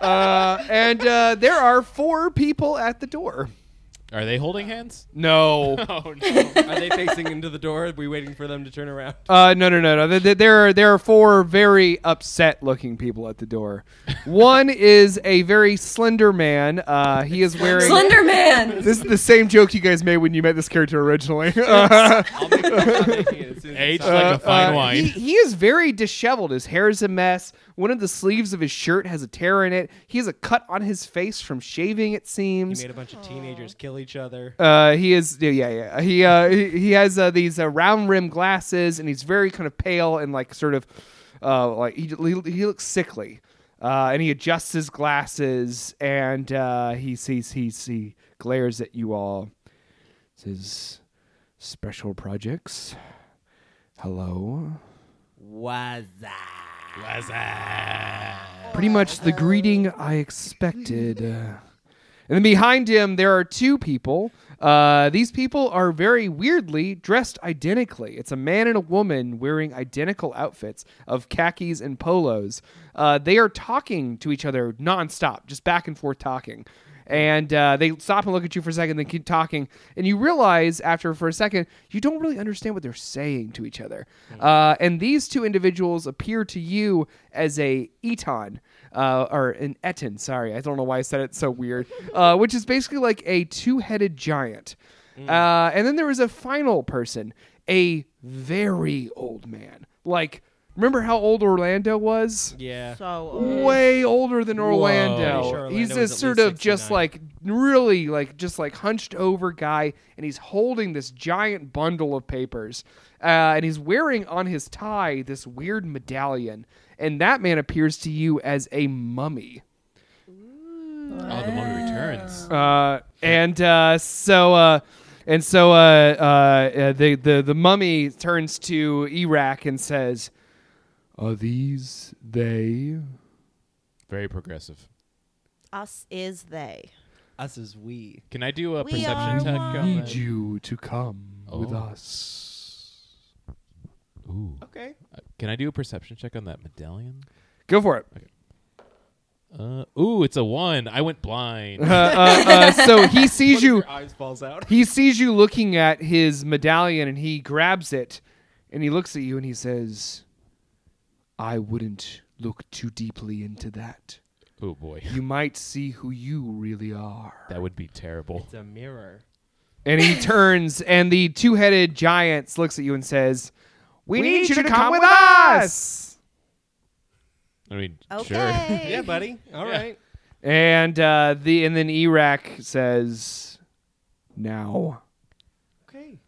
S2: uh, and uh, there are four people at the door.
S3: Are they holding hands?
S2: No.
S3: Oh no.
S5: Are they facing into the door? Are we waiting for them to turn around?
S2: Uh, no, no, no, no. Th- th- There are there are four very upset looking people at the door. One is a very slender man. Uh, he is wearing.
S6: Slender Man.
S2: This is the same joke you guys made when you met this character originally. Uh,
S5: I'll make I'm making it as soon as
S3: Age
S5: it's
S3: like
S5: done.
S3: a fine
S2: uh,
S3: wine.
S2: He, he is very disheveled. His hair is a mess. One of the sleeves of his shirt has a tear in it. He has a cut on his face from shaving. It
S5: You
S2: seems.
S5: made a bunch of teenagers kill each other.
S2: Uh, he is yeah yeah, yeah. He uh he, he has uh, these uh, round rim glasses and he's very kind of pale and like sort of uh like he he, he looks sickly. Uh, and he adjusts his glasses and uh, he sees he he glares at you all. Says special projects. Hello. Pretty much the greeting I expected. Uh, And then behind him, there are two people. Uh, these people are very weirdly dressed identically. It's a man and a woman wearing identical outfits of khakis and polos. Uh, they are talking to each other nonstop, just back and forth talking. And uh, they stop and look at you for a second, then keep talking. And you realize after for a second, you don't really understand what they're saying to each other. Uh, and these two individuals appear to you as a eton uh, or an etin. Sorry, I don't know why I said it so weird. Uh, which is basically like a two-headed giant. Uh, and then there was a final person, a very old man. Like, remember how old Orlando was?
S5: Yeah.
S7: So
S2: Way older than Orlando.
S5: Pretty sure
S2: He's
S5: Orlando was
S2: this
S5: at
S2: sort
S5: least
S2: of just
S5: 69.
S2: like really like just like hunched over guy, and he's holding this giant bundle of papers, uh, and he's wearing on his tie this weird medallion, and that man appears to you as a mummy.
S3: Oh, the mummy returns.
S2: Uh, and uh, so uh, and so uh, uh, uh, the the the mummy turns to Iraq and says, "Are these they?"
S3: Very progressive.
S7: us is they.
S5: Us as we.
S3: Can I do a
S7: We
S3: perception
S7: are
S3: check?
S7: one.
S3: on
S2: Need
S3: that?
S2: you to come with
S3: Oh.
S2: us.
S3: Ooh.
S5: Okay.
S3: Uh, Can I do a perception check on that medallion?
S2: Go for it.
S3: Uh, ooh, it's a one. I went blind.
S2: Uh, uh, uh, so he sees you.
S5: Your eyes falls out.
S2: He sees you looking at his medallion, and he grabs it, and he looks at you, and he says, "I wouldn't look too deeply into that.
S3: oh boy,
S2: You might see who you really are."
S3: that would be terrible.
S5: It's a mirror.
S2: And he turns, and the two-headed giant looks at you and says, "We, need, you to come, with us."
S3: I mean,
S6: Uh,
S3: sure.
S7: Okay.
S5: Yeah, buddy. All
S3: Yeah.
S5: right.
S2: And uh, the and then Iraq says, "Now."
S5: Okay.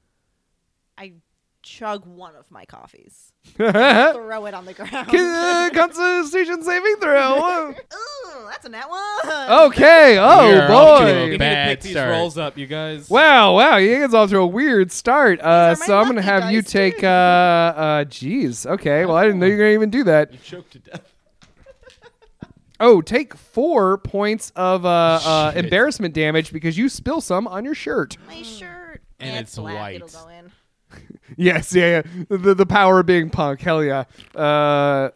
S7: I chug one of my coffees.
S2: Uh,
S7: Throw it on the ground.
S2: Constitution saving throw.
S7: Ooh, that's a net one.
S2: Okay.
S3: We
S2: Oh
S3: are off to a
S5: You
S2: boy.
S3: bad
S5: need to pick these
S3: start.
S5: rolls up, you guys.
S2: Wow, wow, you guys off to a weird start. Uh,
S7: are my
S2: so I'm gonna
S7: lucky
S2: have you
S7: dice,
S2: take.
S7: too.
S2: Uh, uh, geez, okay. Well, I didn't know you were gonna even do that.
S5: You choked to death.
S2: Oh, take four points of uh, uh,
S3: Shit.
S2: embarrassment damage because you spill some on your shirt.
S7: My shirt.
S3: And
S7: Eh,
S3: it's
S7: black.
S3: white.
S7: It'll go in.
S2: Yes, yeah, yeah. The, the power of being punk. Hell yeah. Uh,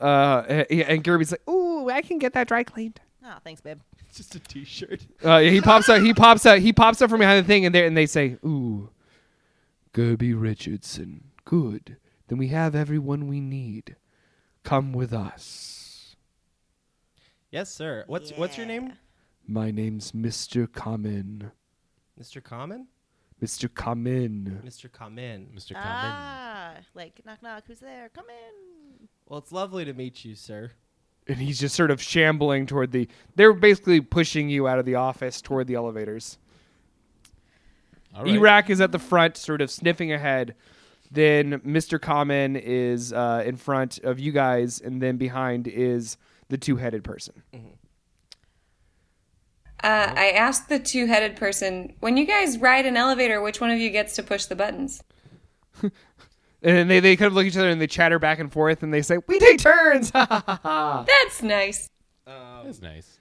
S2: uh, yeah, and Kirby's like, ooh, I can get that dry cleaned.
S7: Oh, thanks, babe.
S5: It's just a t-shirt.
S2: Uh, he pops out. He pops out. He pops out from behind the thing, and they and they say, "Ooh, Gerby Richardson, good. Then we have everyone we need. Come with us.
S5: Yes, sir. What's what's your name?
S2: My name's Mister Common.
S5: Mr. Common?
S2: Mister Common.
S5: Mr. Common.
S3: Mr. Common.
S7: Ah, like knock knock. Who's there? Come in.
S5: Well, it's lovely to meet you, sir.
S2: And he's just sort of shambling toward the. They're basically pushing you out of the office toward the elevators.
S3: All right.
S2: Iraq is at the front, sort of sniffing ahead. Then Mr. Common is uh, in front of you guys, and then behind is the two-headed person.
S6: Uh, I asked the two-headed person, when you guys ride an elevator, which one of you gets to push the buttons?
S2: And they, they kind of look at each other and they chatter back and forth and they say, We take turns. uh,
S6: That's nice.
S5: Um,
S3: That's nice.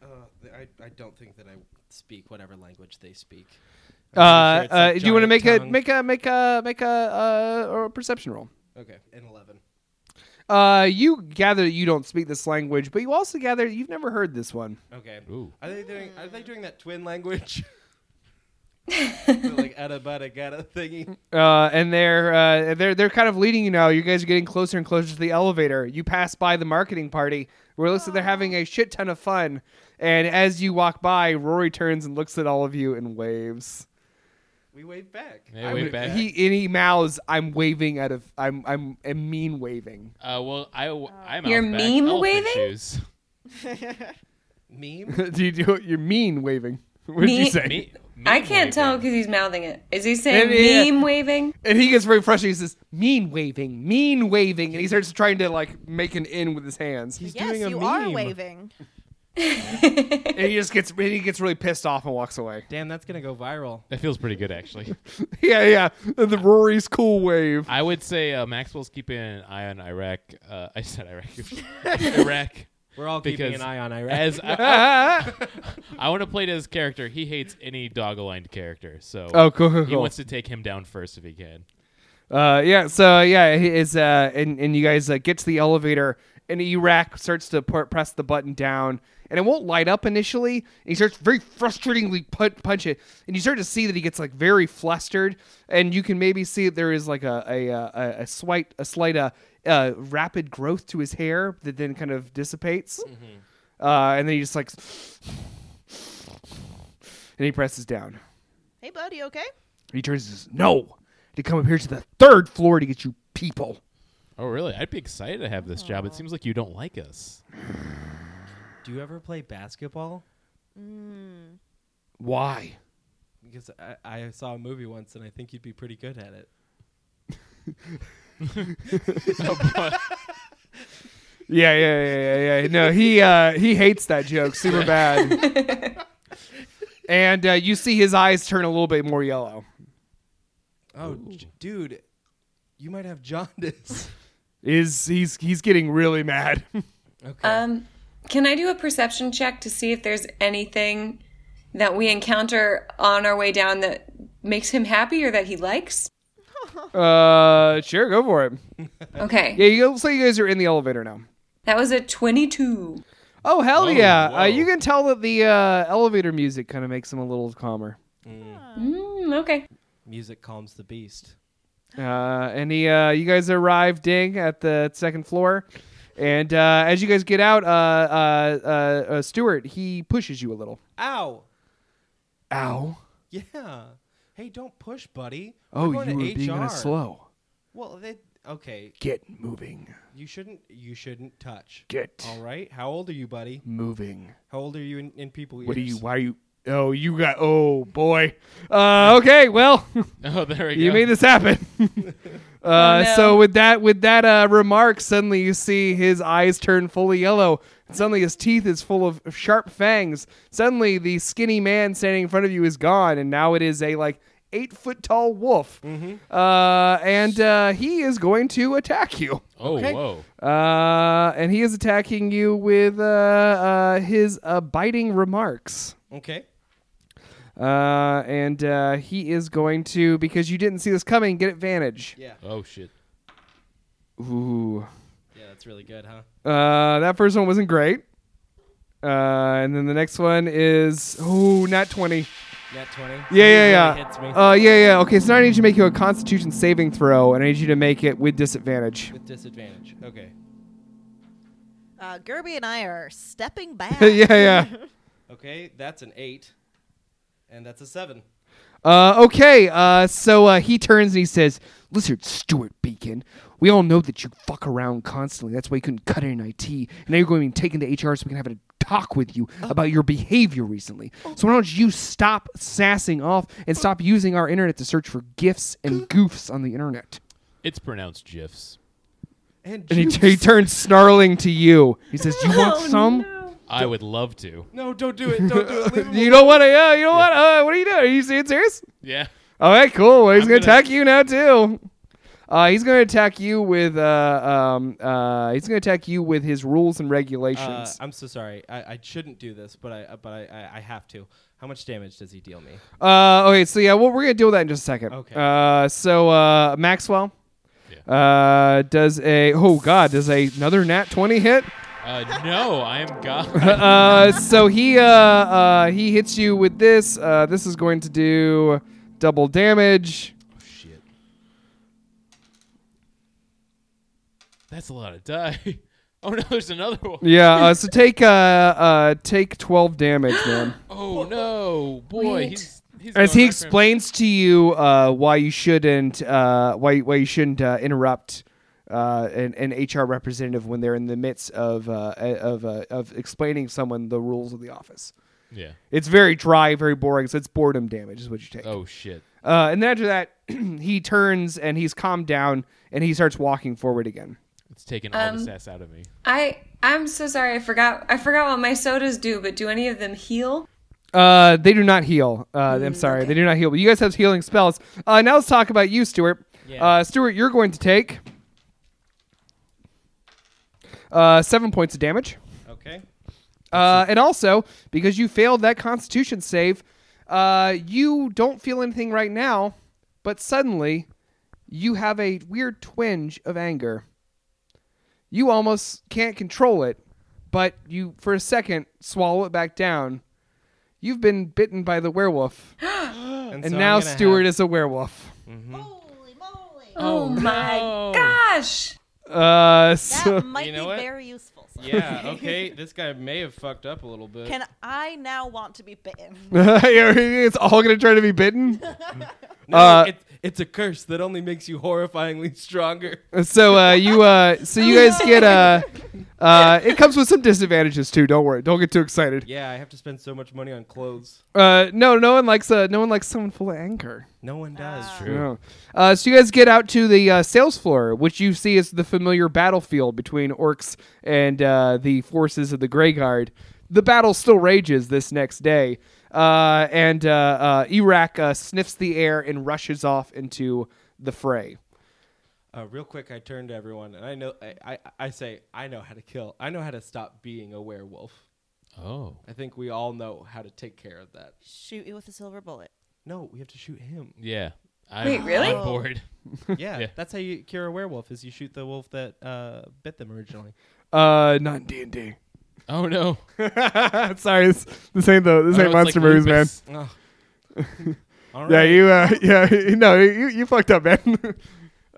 S5: uh, I, I don't think that I speak whatever language they speak. I'm pretty sure
S2: uh,
S5: it's a
S2: do you want to
S5: giant
S2: make a
S5: tongue.
S2: make a make a make a uh, or a perception roll?
S5: Okay, an eleven.
S2: Uh, you gather that you don't speak this language, but you also gather that you've never heard this one.
S5: Okay.
S3: Ooh.
S5: Are they doing? Are they doing that twin language? The, like ada bada gada thingy.
S2: Uh, and they're uh, they're they're kind of leading you now. You guys are getting closer and closer to the elevator. You pass by the marketing party where it looks like they're having a shit ton of fun. And as you walk by, Rory turns and looks at all of you and waves.
S5: We wave back.
S3: Yeah, wave back.
S2: He and he mouths, "I'm waving out of I'm I'm a mean waving."
S3: Uh, well, I w- I'm
S6: You're
S3: out back.
S6: meme
S3: Elephant
S6: waving?
S3: shoes.
S5: Meme.
S2: do you do it? You're mean waving. What did you
S6: Me-
S2: say?
S3: Me-
S6: I
S3: meme
S6: can't tell
S3: waving.
S6: because he's mouthing it. Is he saying
S2: Maybe, yeah.
S6: meme waving?
S2: And he gets very frustrated. He says, "Mean waving, mean waving," and he starts trying to like make an in with his hands.
S5: He's
S7: yes,
S5: doing a
S7: you
S5: meme.
S7: are waving.
S2: And he just gets and he gets really pissed off and walks away.
S5: Damn, that's gonna go viral.
S3: That feels pretty good, actually.
S2: yeah, yeah. The Rory's cool wave.
S3: I would say uh, Maxwell's keeping an eye on Iraq. Uh, I said Iraq. Iraq.
S5: We're all keeping
S3: Because
S5: an eye on Iraq.
S3: As I,
S2: Oh,
S3: I want to play to his character. He hates any dog-aligned character, so
S2: Oh, cool, cool,
S3: he
S2: cool.
S3: wants to take him down first if he can.
S2: Uh, yeah. So yeah, he is uh, and and you guys uh, get to the elevator, and Iraq starts to pu- press the button down, and it won't light up initially. And he starts very frustratingly put, punch it, and you start to see that he gets like very flustered, and you can maybe see that there is like a a a, a- a slight a slight uh, uh rapid growth to his hair that then kind of dissipates, uh, and then he just like, and he presses down.
S7: Hey, buddy, okay?
S2: He turns and says, No, to come up here to the third floor to get you people.
S3: Oh, really? I'd be excited to have this job. It seems like you don't like us.
S5: Do you ever play basketball?
S2: Why?
S5: Because I, I saw a movie once and I think you'd be pretty good at it.
S2: Yeah, yeah, yeah, yeah, yeah. No, he uh, he hates that joke super bad. and uh, you see his eyes turn a little bit more yellow.
S5: Oh, j- dude, you might have jaundice.
S2: Is he's he's getting really mad.
S5: okay.
S6: Um, can I do a perception check to see if there's anything that we encounter on our way down that makes him happy or that he likes?
S2: uh, sure, go for it.
S6: Okay.
S2: Yeah, you looks like you guys are in the elevator now.
S6: That was a 22.
S2: Oh hell
S3: Oh,
S2: yeah! Uh,
S3: whoa.
S2: you can tell that the uh, elevator music kind of makes him a little calmer.
S6: Mm, okay.
S5: Music calms the beast.
S2: Uh, and he, uh, you guys arrive, ding, at the second floor. And uh, as you guys get out, uh, uh, uh, uh, Stuart, he pushes you a little.
S5: Ow!
S2: Ow.
S5: Yeah. Hey, don't push, buddy. We're
S2: Oh,
S5: going
S2: you
S5: to
S2: were being on
S5: HR.
S2: a slow.
S5: Well, they, okay.
S2: Get moving.
S5: You shouldn't. You shouldn't touch.
S2: Get
S5: All right. How old are you, buddy?
S2: moving.
S5: How old are you in, in people
S2: What are
S5: years?
S2: you? Why are you? Oh, you got. Oh, boy. Uh, okay, well,
S3: Oh, there we go.
S2: you made this happen. Uh,
S6: no.
S2: So with that with that uh, remark, suddenly you see his eyes turn fully yellow. And suddenly his teeth is full of sharp fangs. Suddenly the skinny man standing in front of you is gone, and now it is a like eight foot tall wolf, uh, and uh, he is going to attack you.
S3: Oh, whoa.
S2: Uh, and he is attacking you with uh, uh, his uh, biting remarks.
S5: Okay.
S2: Uh, and uh, he is going to because you didn't see this coming. Get advantage.
S5: Yeah.
S3: Oh shit.
S2: Ooh.
S5: Yeah, that's really good, huh?
S2: Uh, that first one wasn't great. Uh, and then the next one is oh, not twenty.
S5: Net twenty.
S2: Yeah, yeah, yeah.
S5: Really hits me
S2: Uh, yeah, yeah. Okay, so now I need you to make you a Constitution saving throw, and I need you to make it with disadvantage.
S5: with disadvantage. Okay.
S7: Uh, Gerby and I are stepping back.
S2: yeah, yeah.
S5: Okay, that's an eight, and that's a seven.
S2: Uh, okay, uh, so uh, he turns and he says, Lizard Stuart Beacon, we all know that you fuck around constantly. That's why you couldn't cut it in IT. And now you're going to be taken to HR so we can have a talk with you about your behavior recently. So why don't you stop sassing off and stop using our internet to search for gifs and goofs on the internet?
S3: It's pronounced GIFs.
S5: And,
S2: And he,
S5: juice.
S2: he turns snarling to you. He says, You want some?
S3: I would love to.
S5: no, don't do it. Don't do it. Leave him
S2: You don't want to, uh, you don't want uh, what are you doing? Are you being serious?
S3: Yeah.
S2: All right, cool. Well, he's
S3: I'm
S2: gonna,
S3: gonna-
S2: attack you now too. Uh, he's gonna attack you with uh, um, uh, he's gonna attack you with his rules and
S5: Uh,
S2: regulations.
S5: I'm so sorry. I, I shouldn't do this, but I uh, but I, I, I have to. How much damage does he deal me?
S2: Uh, okay, so yeah, well, we're gonna deal with that in just a second.
S5: Okay.
S2: Uh, so uh, Maxwell,
S3: Yeah.
S2: Uh, does a oh god does a, another nat twenty hit?
S3: Uh, no, I am God.
S2: Uh, so he uh, uh he hits you with this. Uh, this is going to do double damage.
S3: Shit. That's a lot of die. Oh no, there's another one.
S2: Yeah. Uh, so take uh uh take twelve damage, man.
S3: Oh no, boy,
S6: Wait.
S3: he's, he's
S2: As
S3: going
S2: he
S3: after him.
S2: explains to you uh, why you shouldn't uh, why why you shouldn't uh, interrupt uh, an, an HR representative when they're in the midst of uh, a- of uh, of explaining someone the rules of the office.
S3: Yeah.
S2: It's very dry, very boring. So it's boredom damage is what you take.
S3: Oh shit.
S2: Uh, and then after that, he turns and he's calmed down and he starts walking forward again.
S3: It's taking all
S6: Um,
S3: the sass out of me.
S6: I I'm so sorry. I forgot. I forgot what my sodas do. But do any of them heal?
S2: Uh, they do not heal. Uh, I'm sorry, they do not heal. But you guys have healing spells. Uh, now let's talk about you, Stuart. Uh, Stuart, you're going to take uh, seven points of damage.
S5: Okay.
S2: Uh, and also, because you failed that Constitution save, uh, you don't feel anything right now, but suddenly you have a weird twinge of anger. You almost can't control it, but you, for a second, swallow it back down. You've been bitten by the werewolf,
S5: And,
S2: and
S5: so I'm
S2: now
S5: gonna
S2: Stuart
S5: have-
S2: is a werewolf.
S4: Holy moly.
S6: Oh, my
S3: no.
S6: gosh!
S2: Uh,
S7: That
S2: so,
S7: might
S5: You know
S7: be
S5: what?
S7: very useful. so-
S5: Yeah. Okay. this guy may have fucked up a little bit.
S7: Can I now want to be bitten?
S2: it's all gonna try to be bitten.
S5: no,
S2: uh,
S5: it's, it's a curse that only makes you horrifyingly stronger.
S2: So uh, you uh, so you guys get uh, uh, it comes with some disadvantages too. Don't worry, don't get too excited.
S5: Yeah, I have to spend so much money on clothes.
S2: Uh, no, no one likes uh, no one likes someone full of anger.
S5: No one does.
S2: No. Uh, so you guys get out to the uh, sales floor, which you see is the familiar battlefield between orcs and uh, the forces of the Grey Guard. The battle still rages this next day, uh, and uh, uh, Iraq uh, sniffs the air and rushes off into the fray.
S5: Uh, real quick, I turn to everyone and I know I, I, I say I know how to kill. I know how to stop being a werewolf.
S3: Oh.
S5: I think we all know how to take care of that.
S7: Shoot you with a silver bullet.
S5: No, we have to shoot him.
S3: Yeah. I'm
S6: Wait, really?
S3: On board.
S5: yeah,
S3: Yeah.
S5: that's how you cure a werewolf is you shoot the wolf that uh, bit them originally.
S2: Uh, not D and D.
S3: Oh no.
S2: Sorry, this, this ain't the this ain't
S3: Oh, no, it's
S2: monster
S3: like
S2: movies, man.
S3: lupus.
S5: Oh. all
S2: Yeah,
S5: right.
S2: you, uh, yeah, no, you, you fucked up, man.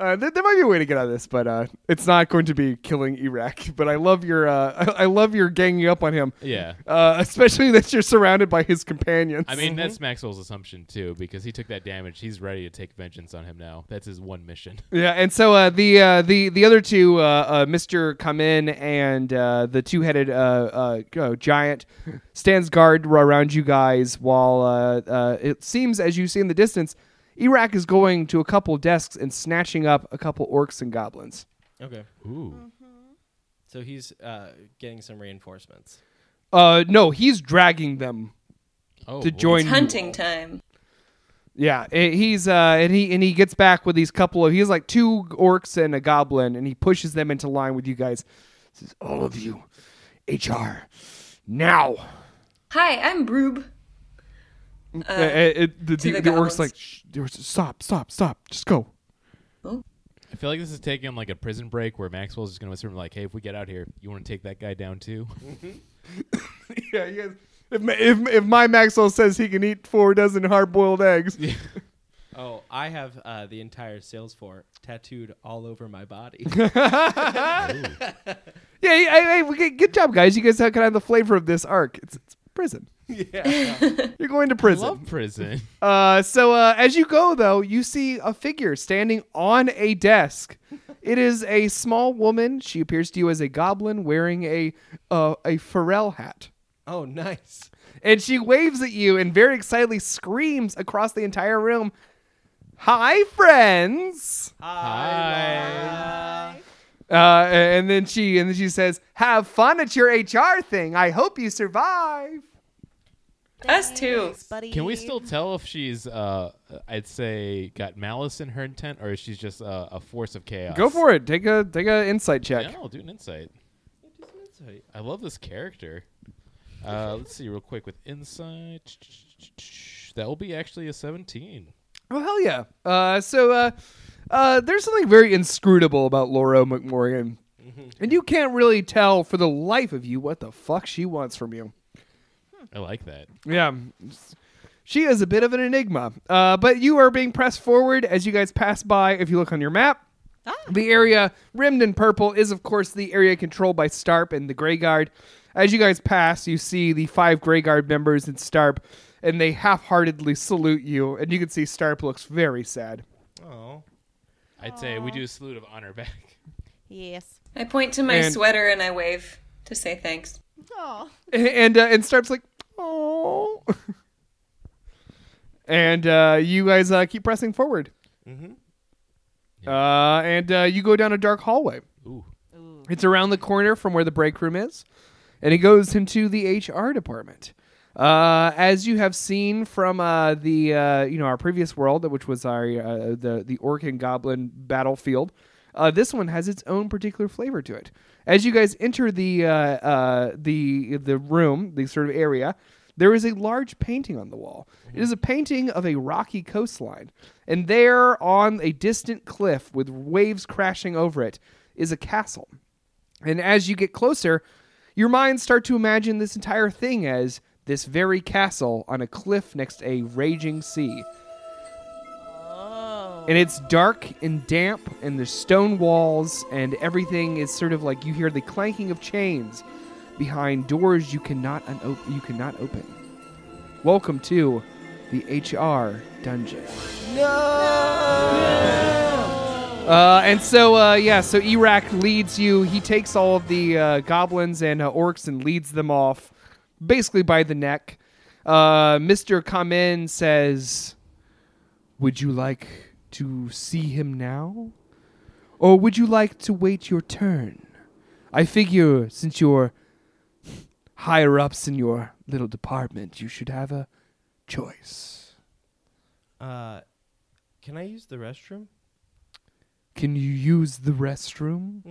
S2: Uh, there, there might be a way to get out of this, but uh, it's not going to be killing Iraq. But I love your, uh, I, I love your ganging up on him,
S3: Yeah.
S2: uh, especially that you're surrounded by his companions.
S3: I mean,
S6: Mm-hmm.
S3: that's Maxwell's assumption too, because he took that damage. He's ready to take vengeance on him now. That's his one mission.
S2: yeah. And so uh, the uh, the the other two, uh, uh, Mister Come In and uh, the two headed uh, uh, uh, giant, stands guard around you guys while uh, uh, it seems as you see in the distance, Iraq is going to a couple desks and snatching up a couple orcs and goblins.
S5: Okay.
S3: Ooh.
S6: Mm-hmm.
S5: So he's uh, getting some reinforcements.
S2: Uh, no, he's dragging them
S3: Oh.
S2: to
S3: boy.
S2: join.
S6: It's hunting time.
S2: Yeah, eh, he's uh, and he and he gets back with these couple of. He's like two orcs and a goblin, and he pushes them into line with you guys. Says, "All of you, HR, now."
S6: Hi, I'm Broob.
S2: Eh, eh, eh, the, the,
S6: the
S2: the orcs
S6: goblins.
S2: like, Shh, the orcs, stop, stop, stop, just go.
S3: I feel like this is taking like a prison break where Maxwell's just gonna whisper like, "Hey, if we get out here, you want to take that guy down too?"
S2: yeah, you guys. If, my- if, if my Maxwell says he can eat four dozen hard boiled eggs,
S5: Oh, I have uh, the entire sales floor tattooed all over my body.
S2: yeah, yeah, hey, hey, we get- good job, guys. You guys have kind of the flavor of this arc. It's, it's prison. Yeah, you're going to prison.
S3: Love prison.
S2: Uh, so uh, as you go, though, you see a figure standing on a desk. It is a small woman. She appears to you as a goblin wearing a uh, a Pharrell hat,
S5: oh, nice.
S2: and she waves at you and very excitedly screams across the entire room, "Hi, friends!"
S3: Hi.
S2: Uh, and then she and then she says, "Have fun at your HR thing. I hope you survive."
S6: Us too.
S7: Buddy.
S3: Can we still tell if she's, uh, I'd say, got malice in her intent, or if she's just uh, a force of chaos?
S2: Go for it. Take a take a insight check.
S3: Yeah, I'll do an insight. I love this character. Uh, let's see real quick with insight. That will be actually a 17.
S2: Oh hell yeah! Uh, so uh, Uh, there's something very inscrutable about Laura McMorgan, and you can't really tell for the life of you what the fuck she wants from you.
S3: I like that.
S2: Yeah. She is a bit of an enigma. Uh, but you are being pressed forward as you guys pass by. If you look on your map, the area rimmed in purple is, of course, the area controlled by Starp and the Grey Guard. As you guys pass, you see the five Grey Guard members and Starp, and they half heartedly salute you. And you can see Starp looks very sad.
S5: Oh,
S3: I'd say we do a salute of honor back.
S7: Yes.
S6: I point to my
S2: And-
S6: sweater and I wave to say thanks.
S7: Oh.
S2: and uh, and Starp's like, oh. and uh, you guys uh, keep pressing forward. Uh, and uh, you go down a dark hallway.
S3: Ooh.
S2: It's around the corner from where the break room is, and it goes into the HR department. Uh, as you have seen from uh, the uh, you know our previous world, which was our uh, the the orc and goblin battlefield, uh, this one has its own particular flavor to it. As you guys enter the uh, uh, the the room, the sort of area, there is a large painting on the wall. It is a painting of a rocky coastline, and there on a distant cliff with waves crashing over it is a castle. And as you get closer, your minds start to imagine this entire thing as this very castle on a cliff next to a raging sea. And it's dark and damp, and there's stone walls, and everything is sort of like you hear the clanking of chains behind doors you cannot unopen. You cannot open. Welcome to the HR dungeon. Uh, and so, uh, yeah, so Erak leads you. He takes all of the uh, goblins and uh, orcs and leads them off, basically by the neck. Uh, Mr. Kamen says, Would you like to see him now? Or would you like to wait your turn? I figure since you're higher ups in your little department, you should have a choice.
S5: uh, can I use the restroom?
S2: Can you use the restroom?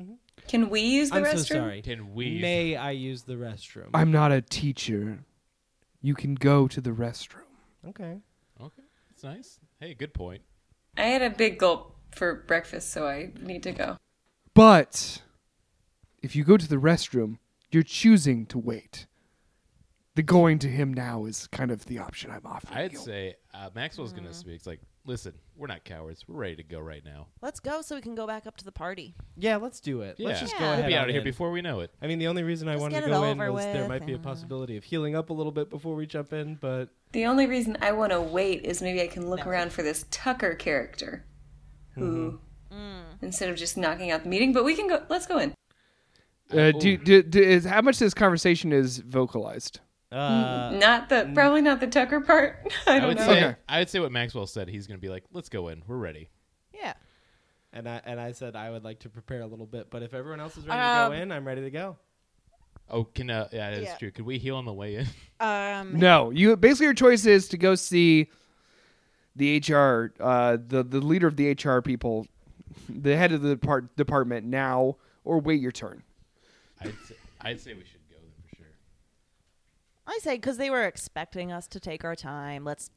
S6: Can we use the
S5: I'm
S6: restroom?
S5: so sorry.
S3: Can we?
S5: May I use the restroom?
S2: I'm not a teacher. You can go to the restroom.
S5: okay.
S3: Okay, that's nice. Hey, good point.
S6: I had a big gulp for breakfast, so I need to go.
S2: But if you go to the restroom, you're choosing to wait. The going to him now is kind of the option I'm offering.
S3: I'd
S2: you.
S3: say uh, Maxwell's gonna speak. It's like, listen, we're not cowards. We're ready to go right now.
S7: Let's go so we can go back up to the party.
S5: Yeah, let's do it. Let's
S3: yeah,
S5: just
S7: Yeah.
S5: go
S7: We'll
S5: ahead.
S3: we'll be
S5: on
S3: out of here
S5: in.
S3: before we know it.
S5: I mean, the only reason I
S7: Let's
S5: wanted
S7: get
S5: to
S7: it
S5: go in
S7: over
S5: was there
S7: with
S5: might be a
S7: and- uh,
S5: possibility of healing up a little bit before we jump in, but
S6: The only reason I want to wait is maybe I can look around for this Tucker character, who instead of just knocking out the meeting. But we can go. Let's go in.
S2: Uh, do, do, do, is, how much this conversation is vocalized?
S5: uh,
S6: not the probably not the Tucker part. I
S3: I
S6: don't
S3: would
S6: know.
S3: say
S2: Okay.
S3: I would say what Maxwell said. He's gonna be like, let's go in. We're ready.
S7: Yeah. Mm-hmm.
S5: and I and I said I would like to prepare a little bit, but if everyone else is ready
S7: Um,
S5: to go in, I'm ready to go.
S3: Oh, can uh, yeah, that's
S7: Yeah.
S3: true. Could we heal on the way in?
S7: Um.
S2: No, you basically your choice is to go see the HR, uh, the the leader of the HR people, the head of the depart- department now, or wait your turn.
S3: I'd say, I'd say we should go then for sure.
S7: I say because they were expecting us to take our time. Let's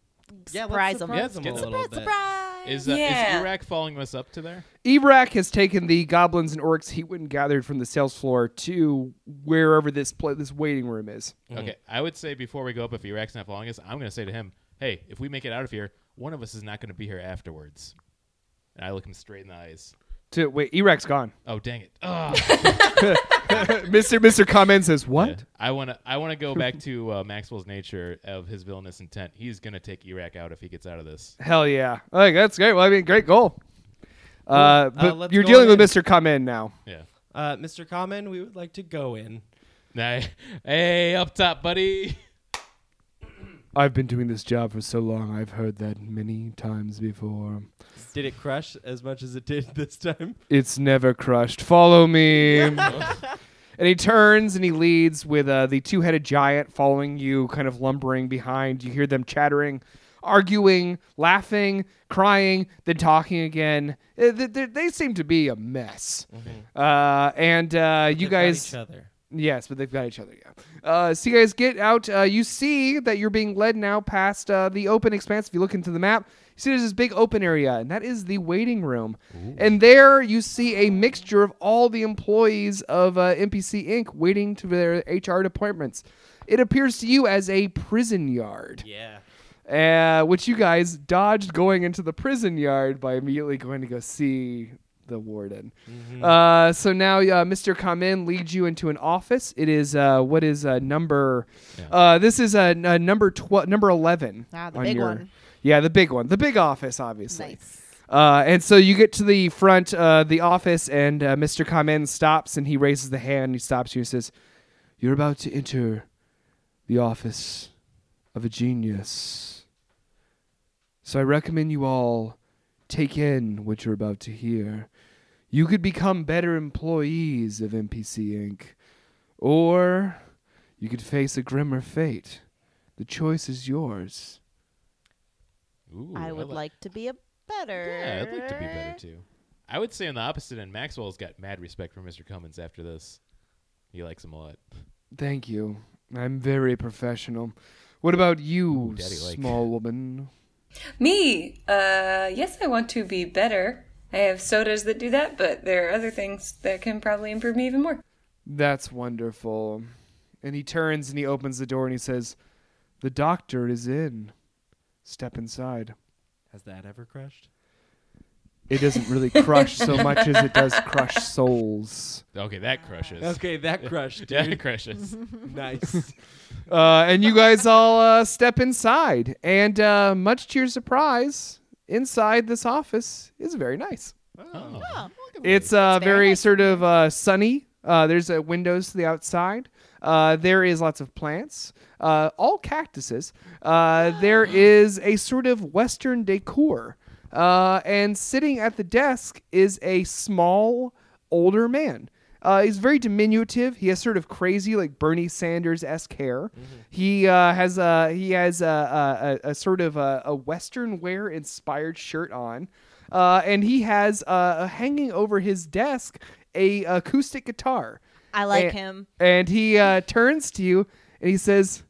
S5: Yeah,
S7: surprise
S5: let's
S7: them.
S5: surprise
S3: Yeah,
S5: them
S3: let's
S5: a
S3: get
S5: little bit.
S7: Surprise!
S3: Is uh,
S6: Yeah.
S3: is Iraq following us up to there?
S2: Ebrack has taken the goblins and orcs he wouldn't gathered from the sales floor to wherever this pla this waiting room is.
S3: Okay, I would say before we go up, if Iraq's not following us, I'm gonna say to him, hey, if we make it out of here, one of us is not gonna be here afterwards. And I look him straight in the eyes.
S2: To wait, Ebrack's gone.
S3: Oh dang it! Ah.
S2: Uh, Mister Mister Comment says what?
S3: Yeah. I want to. I want to go back to uh, Maxwell's nature of his villainous intent. He's gonna take Iraq out if he gets out of this.
S2: Hell yeah! Like that's great. Well, I mean, great goal. Uh, but
S5: let's
S2: you're
S5: go
S2: dealing with
S5: in.
S2: Mister Comment now.
S3: Yeah.
S5: Uh, Mr. Common, we would like to go in.
S3: Nah, hey, up top, buddy.
S2: I've been doing this job for so long. I've heard that many times before.
S5: Did it crush as much as it did this time?
S2: It's never crushed. Follow me. and he turns and he leads with uh, the two headed giant following you, kind of lumbering behind. You hear them chattering, arguing, laughing, crying, then talking again. Uh, th- th- They, seem to be a mess. Uh, and uh, you
S5: They've got
S2: guys.
S5: each other.
S2: Yes, but they've got each other. Yeah. Uh, so you guys get out. Uh, you see that you're being led now past uh, the open expanse. If you look into the map, you see there's this big open area, and that is the waiting room. And there you see a mixture of all the employees of uh, NPC Inc. waiting to their HR departments. It appears to you as a prison yard,
S5: Yeah.
S2: uh, which you guys dodged going into the prison yard by immediately going to go see the warden. Uh, so now uh, Mr. Kamen leads you into an office. It is uh, what is uh, number? Uh, this is a, uh number twelve, number eleven.
S7: Ah, the
S2: on
S7: big one.
S2: Yeah, the big one, the big office, obviously.
S7: Nice.
S2: Uh, and so you get to the front, uh, the office, and uh, Mr. Kamen stops and he raises the hand. He stops you and says, "You're about to enter the office of a genius. So I recommend you all take in what you're about to hear. You could become better employees of NPC Inc., or you could face a grimmer fate. The choice is yours.
S3: Ooh,
S7: I would
S3: li-
S7: like to be a better.
S3: Yeah, I'd like to be better too. I would say on the opposite end, Maxwell's got mad respect for Mr. Cummins after this. He likes him a lot.
S2: Thank you. I'm very professional. What about you,
S3: Ooh, daddy-like.
S2: small woman?
S6: Me, uh, yes, I want to be better. I have sodas that do that, but there are other things that can probably improve me even more.
S2: That's wonderful. And he turns and he opens the door and he says, The doctor is in. Step inside.
S5: Has that ever crushed?
S2: It doesn't really crush so much as it does crush souls.
S3: Okay, that crushes.
S5: Okay, that crushed,
S3: That
S5: dude.
S3: crushes.
S5: nice.
S2: Uh, and you guys all uh, step inside. And uh, much to your surprise, inside this office is very nice.
S3: Oh.
S2: It's uh,
S7: very
S2: very
S7: nice.
S2: sort of uh, sunny. Uh, there's uh, windows to the outside. Uh, there is lots of plants, uh, all cactuses. Uh, there is a sort of Western decor. Uh, and sitting at the desk is a small, older man. Uh, he's very diminutive. He has sort of crazy, like Bernie Sanders esque hair. He uh, has a he has a, a, a, a sort of a, a Western wear inspired shirt on, uh, and he has uh, hanging over his desk a acoustic guitar.
S7: I like
S2: And-
S7: him.
S2: And he uh, turns to you and he says,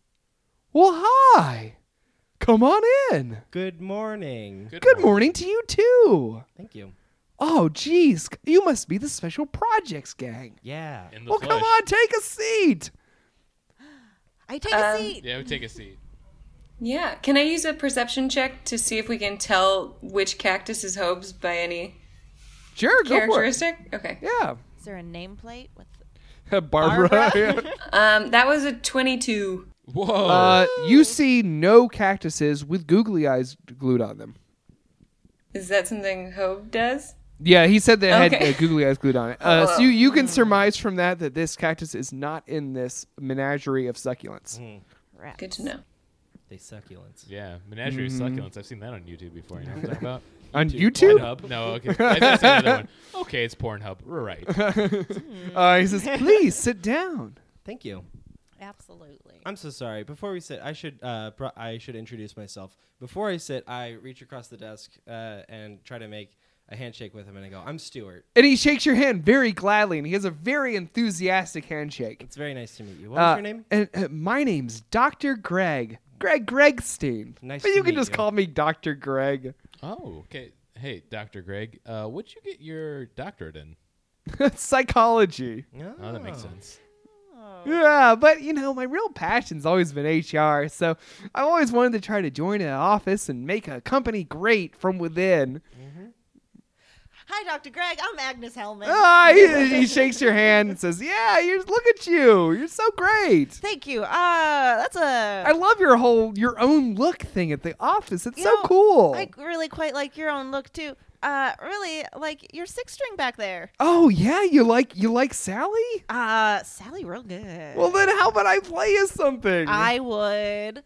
S2: "Well, hi. Come on in.
S5: Good morning.
S2: Good morning to you too.
S5: Thank you.
S2: Oh, geez, you must be the special projects gang.
S5: Yeah.
S3: In the
S2: Well, come
S3: flesh.
S2: on, take a seat."
S7: I take a
S6: Um,
S7: seat.
S3: Yeah, we take a seat.
S6: Yeah, can I use a perception check to see if we can tell which cactus is Hobbes by any
S2: Sure, go for it.
S6: characteristic? Okay.
S2: Yeah.
S7: Is there a nameplate with?
S2: Barbara.
S6: Um, that was a 22.
S3: Whoa.
S2: uh, you see no cactuses with googly eyes glued on them.
S6: Is that something Hobe does?
S2: Yeah, he said they had
S6: Okay.
S2: uh, googly eyes glued on it. Uh, so you, you
S5: Hmm.
S2: can surmise from that that this cactus is not in this menagerie of succulents.
S7: Rats.
S6: Good to know.
S5: They succulents.
S3: yeah, Menagerie of Succulents. I've seen that on YouTube before. You know what I'm talking about?
S2: Mm-hmm. On YouTube,
S3: Pornhub? No, okay. I think it's another one. Okay, it's Pornhub. We're right.
S2: uh, he says, "Please sit down."
S5: Thank you.
S7: Absolutely.
S5: I'm so sorry. Before we sit, I should uh, bro- I should introduce myself. Before I sit, I reach across the desk uh, and try to make a handshake with him, and I go, "I'm Stuart.
S2: And he shakes your hand very gladly, and he has a very enthusiastic handshake.
S5: It's very nice to meet you.
S2: Uh,
S5: What was your name?
S2: And uh, my name's Doctor Greg. Greg Gregstein.
S5: Nice
S2: But
S5: to
S2: you can
S5: meet
S2: just
S5: you.
S2: call me Doctor Greg.
S3: Oh, okay. Hey, Dr. Greg, uh, what'd you get your doctorate in?
S2: Psychology.
S5: No,
S3: Oh, that makes sense.
S2: Yeah, but you know, my real passion's always been HR, so I've always wanted to try to join an office and make a company great from within.
S4: Hi, Dr. Greg. I'm Agnes Hellman.
S2: Ah, he, he shakes your hand and says, "Yeah, you look at you. You're so great.
S7: Thank you. Ah, that's a.
S2: I love your whole your own look thing at the office. It's
S7: You
S2: so
S7: know,
S2: cool."
S7: I really quite like your own look too. Uh, really like your six string back there.
S2: oh yeah, you like you like Sally?
S7: Uh, Sally, real good.
S2: Well, then how about I play as something?
S7: I would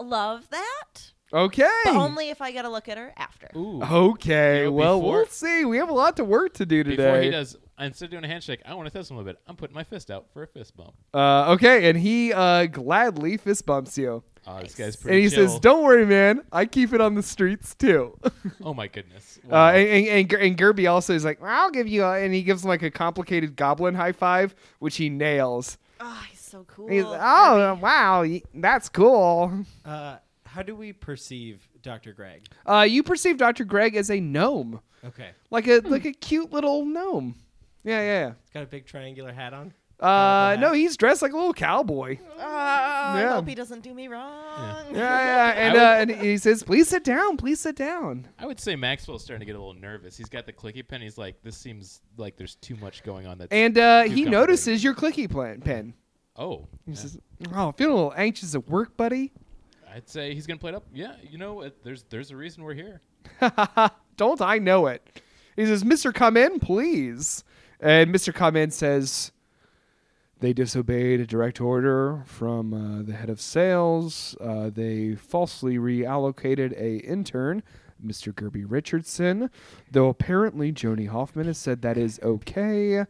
S7: love that,
S2: okay.
S7: but only if I get a look at her after.
S3: Ooh.
S2: okay.
S3: You know,
S2: well,
S3: before-
S2: we'll see. We have a lot to work to do today.
S3: Before he does, instead of doing a handshake, I want to test him a little bit. I'm putting my fist out for a fist bump.
S2: Uh, okay, and he uh, gladly fist bumps you.
S3: Uh, This guy's
S2: And
S3: pretty
S2: he says,
S3: chill.
S2: Don't worry, man. I keep it on the streets, too.
S3: Oh my goodness.
S2: Uh,
S3: Wow.
S2: and, and, and, Ger- and Gerby also is like, I'll give you, a, and he gives him like a complicated goblin high five, which he nails.
S7: Oh, he's so cool. Ah,
S2: And he's like, oh, wow, y- that's cool.
S5: Uh, how do we perceive Dr. Greg?
S2: Uh, you perceive Dr. Greg as a gnome,
S5: Okay.
S2: like a
S3: Hmm.
S2: like a cute little gnome. Yeah, yeah,
S5: He's got a big triangular hat on.
S2: yeah. Uh,
S5: Cowboy
S2: no,
S5: hat.
S2: he's dressed like a little cowboy.
S7: I
S2: Yeah.
S7: hope he doesn't do me wrong.
S2: Yeah, yeah. And,
S3: would-
S2: uh, and he says, please sit down, please sit down.
S3: I would say Maxwell's starting to get a little nervous. He's got the clicky pen. He's like, this seems like there's too much going on. That's
S2: And uh,
S3: Too
S2: he
S3: complicated.
S2: notices your clicky plan, pen.
S3: oh,
S2: He
S3: yeah.
S2: says, oh, feeling a little anxious at work, buddy.
S3: I'd say he's gonna play it up. Yeah, you know, what? there's there's a reason we're here.
S2: Don't I know it? He says, Mr. Come in, please. And Mr. Come in says, they disobeyed a direct order from uh, the head of sales. Uh, they falsely reallocated a intern, Mr. Gerby Richardson, though apparently Joni Hoffman has said that is okay.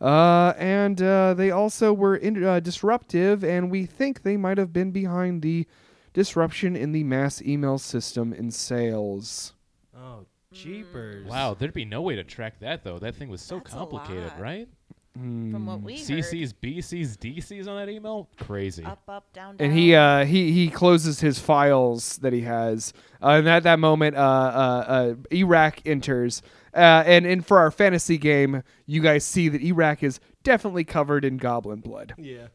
S2: Uh, and uh, they also were in, uh, disruptive, and we think they might have been behind the disruption in the mass email system in sales.
S5: Oh, jeepers.
S3: Wow, there'd be no way to track that though. That thing was so
S7: That's a
S3: complicated,
S7: lot.
S3: right?
S7: From
S3: Mm,
S7: what we heard,
S3: CCs, BCs, DCs on that email. Crazy.
S7: up, up, down, down.
S2: and he uh, he he closes his files that he has. Uh, and at that moment, uh, uh, uh, Iraq enters. Uh, and and for our fantasy game, you guys see that Iraq is definitely covered in goblin blood.
S5: Yeah.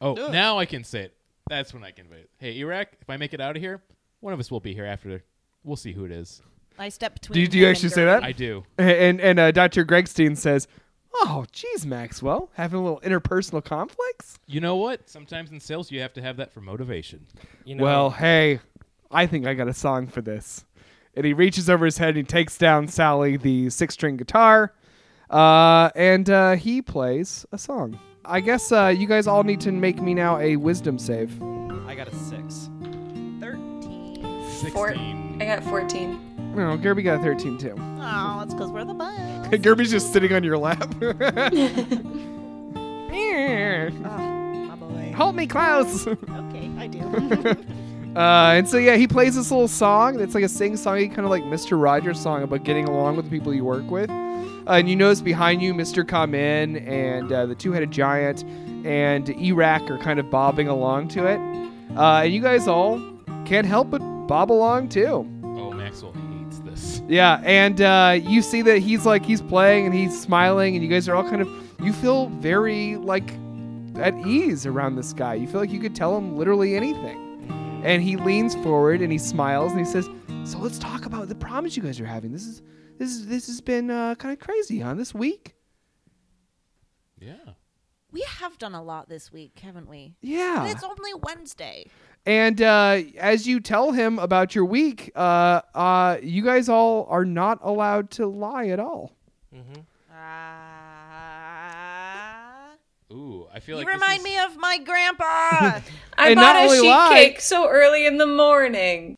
S3: Oh, now I can say it. That's when I can say it. Hey, Iraq, if I make it out of here, one of us will be here after. We'll see who it is.
S7: I step between.
S2: Do you, do
S7: him
S2: you
S7: and
S2: actually say
S7: Gerby.
S2: that?
S3: I do.
S2: And and uh, Dr. Gregstein says, "Oh, geez, Maxwell, having a little interpersonal conflicts."
S3: You know what? Sometimes in sales, you have to have that for motivation.
S5: You know,
S2: Well, hey, I think I got a song for this. And he reaches over his head and he takes down Sally, the six string guitar, uh, and uh, he plays a song. I guess uh, you guys all need to make me now a wisdom save.
S5: I got a six.
S7: Thirteen.
S6: Four-
S3: 16.
S6: I got 14.
S2: No, Gerby got a 13 too.
S7: Oh, it's because we're the best.
S2: Gerby's just sitting on your lap.
S7: My boy.
S2: Hold me close.
S7: Okay, I do.
S2: Uh, and so yeah, he plays this little song. It's like a sing songy kind of like Mr. Rogers song about getting along with the people you work with. Uh, and you notice behind you, Mr. Come In and uh, the two-headed giant and Iraq are kind of bobbing along to it. Uh, and you guys all can't help but bob along too.
S3: Oh, Maxwell hates this.
S2: Yeah, and uh, you see that he's like he's playing and he's smiling, and you guys are all kind of you feel very like at ease around this guy. You feel like you could tell him literally anything. And he leans forward and he smiles and he says, "So let's talk about the problems you guys are having. This is this is this has been uh, kind of crazy, huh? This week."
S3: Yeah.
S7: we have done a lot this week, haven't we?
S2: Yeah.
S7: And it's only Wednesday.
S2: And uh, as you tell him about your week, uh, uh, you guys all are not allowed to lie at all.
S7: Ah.
S3: Ooh, I feel
S7: you
S3: like this
S7: remind
S3: is-
S7: me of my grandpa.
S6: I
S2: And
S6: bought
S2: not
S6: a
S2: only
S6: sheet
S2: why-
S6: cake so early in the morning.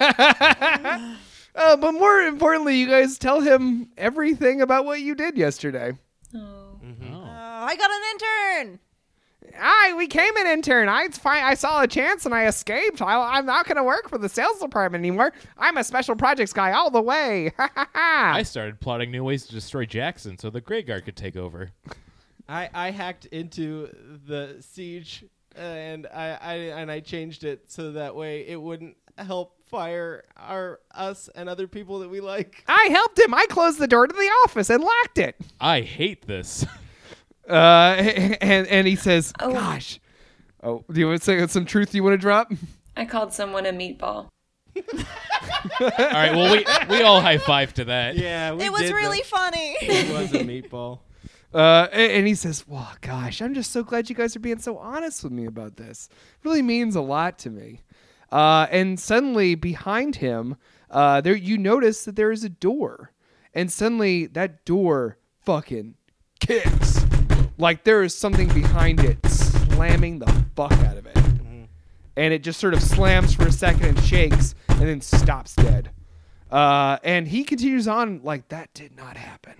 S2: uh, but more importantly, you guys tell him everything about what you did yesterday.
S6: Oh.
S7: Oh,
S3: Oh.
S7: I got an intern.
S2: I we came an intern. I fi- I saw a chance and I escaped. I, I'm not going to work for the sales department anymore. I'm a special projects guy all the way. Ha ha
S3: I
S2: ha.
S3: started plotting new ways to destroy Jackson so the Grey Guard could take over.
S5: I, I hacked into the siege and I, I and I changed it so that way it wouldn't help fire our us and other people that we like.
S2: I helped him. I closed the door to the office and locked it.
S3: I hate this.
S2: Uh, and and he says,
S6: Oh.
S2: "Gosh, oh, do you want to say some truth you want to drop?"
S6: I called someone a meatball.
S3: all right, well, we, we all high five to that.
S5: Yeah, we
S7: It was
S5: did
S7: really funny.
S5: It was a meatball.
S2: Uh, a- and he says, "Well, gosh, I'm just so glad you guys are being so honest with me about this. It really means a lot to me." Uh, and suddenly, behind him, uh, there you notice that there is a door, and suddenly that door fucking kicks, like there is something behind it slamming the fuck out of it, and it just sort of slams for a second and shakes, and then stops dead. Uh, and he continues on like that did not happen.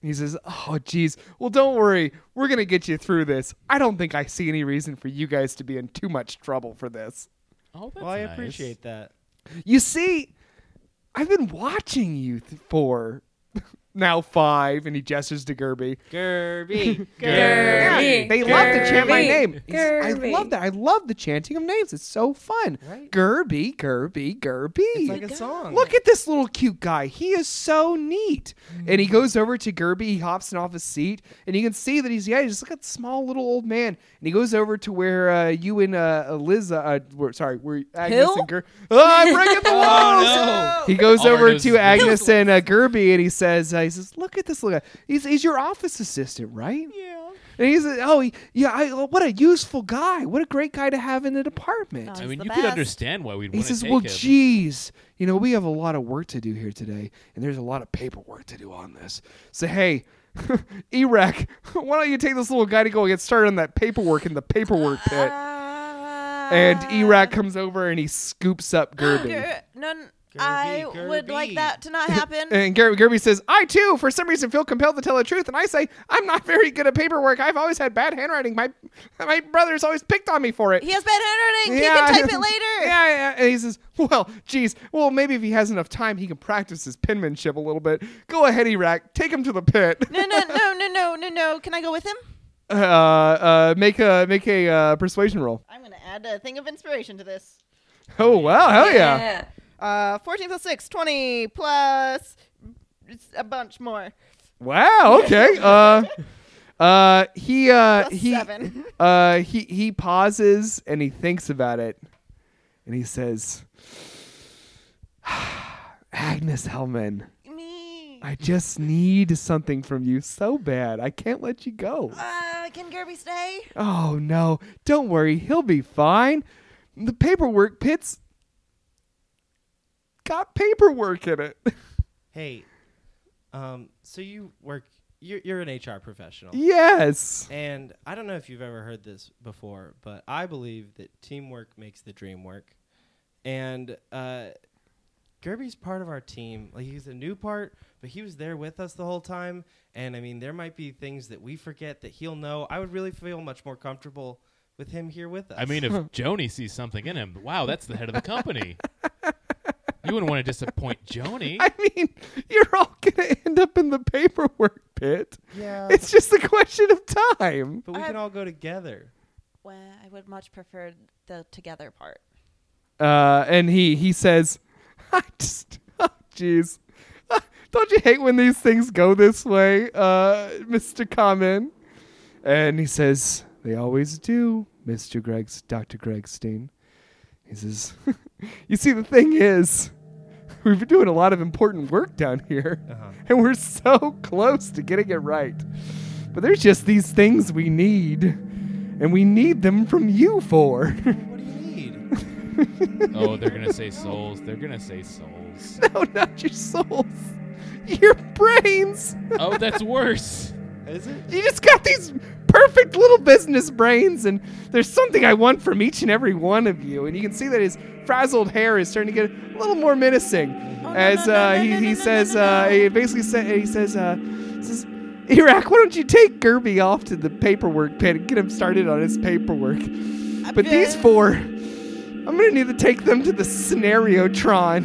S2: He says, "Oh, geez. Well, don't worry. We're gonna get you through this. I don't think I see any reason for you guys to be in too much trouble for this.
S3: Oh, that's
S5: Well, I
S3: nice.
S5: appreciate that.
S2: You see, I've been watching you th- for now five, and he gestures to Gerby.
S5: Gerby.
S6: Gerby.
S2: They love to chant my
S6: Gerby.
S2: name. He's- I
S6: Gerby.
S2: love that. I love the chanting of names. It's so fun.
S5: Right.
S2: Gerby, Gerby, Gerby.
S5: It's like a song.
S2: Look at this little cute guy. He is so neat. And he
S5: Mm.
S2: goes over to Gerby. He hops in off his seat, and you can see that he's yeah, he's just like a small little old man. And he goes over to where uh, you and uh, Liz, uh, were, sorry, were Agnes
S7: Hill?
S2: and Gerby. Oh, I'm breaking the walls. He goes
S3: All I know
S2: over
S3: is
S2: to
S3: Liz.
S2: Agnes and uh, Gerby, and he says, uh, he says, look at this little guy. He's, he's your office assistant, right?
S5: Yeah.
S2: And he's like, oh, he- yeah, I, oh, what a useful guy. What a great guy to have in the department.
S7: Oh,
S3: I
S7: He's
S3: mean,
S7: the
S3: you can
S7: best.
S3: understand why we'd
S2: he
S3: want to
S2: says,
S3: take
S2: well,
S3: him.
S2: geez, you know, we have a lot of work to do here today, and there's a lot of paperwork to do on this. So, hey, Erec, why don't you take this little guy to go and get started on that paperwork in the paperwork pit? And
S7: Ah,
S2: Erec comes over and he scoops up Gerby.
S7: Ger- no, n- I
S5: Gerby,
S7: would like
S5: Gerby.
S7: that to not happen.
S2: And Ger- Gerby says, I too, for some reason, feel compelled to tell the truth. And I say, I'm not very good at paperwork. I've always had bad handwriting. My my brother's always picked on me for it.
S7: he has bad handwriting. he can type
S2: I-
S7: it later.
S2: Yeah, yeah. And he says, well, geez, well, maybe if he has enough time, he can practice his penmanship a little bit. Go ahead, Iraq. Take him to the pit.
S7: No, no, no, no, no, no, no. Can I go with him?
S2: uh, uh, make a make a uh, persuasion roll.
S4: I'm gonna add a thing of inspiration to this.
S2: Oh wow, hell yeah.
S6: Yeah.
S4: Uh, 14 plus 6, 20 plus it's a bunch more.
S2: Wow. Okay. Uh, uh, he uh
S4: Plus
S2: he
S4: seven.
S2: uh he he pauses and he thinks about it, and he says, Agnes Hellman.
S4: Me.
S2: I just need something from you so bad. I can't let you go.
S4: Uh, can Gerby stay?
S2: Oh no, don't worry, he'll be fine. The paperwork pit's got paperwork in it.
S5: Hey, um, so you work. You're, you're an HR professional,
S2: yes.
S5: and I don't know if you've ever heard this before, but I believe that teamwork makes the dream work. And uh, Gerby's part of our team. Like he's a new part, but he was there with us the whole time. And I mean, there might be things that we forget that he'll know. I would really feel much more comfortable with him here with us.
S3: I mean, if Joni sees something in him, wow, that's the head of the company. you wouldn't want to disappoint Joni.
S2: I mean, you're all gonna end up in the paperwork pit.
S5: yeah,
S2: It's just a question of time.
S5: but we
S7: I-
S5: can all go together.
S7: Well, I would much prefer the together part.
S2: Uh, and he he says, I just, oh, jeez, don't you hate when these things go this way, uh, Mister Common? And he says, they always do, Mister Greg's Doctor Gregstein. He says, you see, the thing is, we've been doing a lot of important work down here, and we're so close to getting it right. But there's just these things we need, and we need them from you for.
S5: What do you need?
S3: oh, they're gonna say souls. They're gonna say souls.
S2: No, not your souls. Your brains.
S3: Oh, that's worse.
S5: Is it?
S2: You just got these perfect little business brains, and there's something I want from each and every one of you. And you can see that his frazzled hair is starting to get a little more menacing as
S7: Oh, no, no,
S2: uh,
S7: no,
S2: he,
S7: no, no,
S2: he
S7: no,
S2: says,
S7: no, no,
S2: uh,
S7: no.
S2: he basically sa- he says, uh, he says, Iraq, why don't you take Gerby off to the paperwork pit and get him started on his paperwork? But these four, I'm gonna need to take them to the scenario Tron,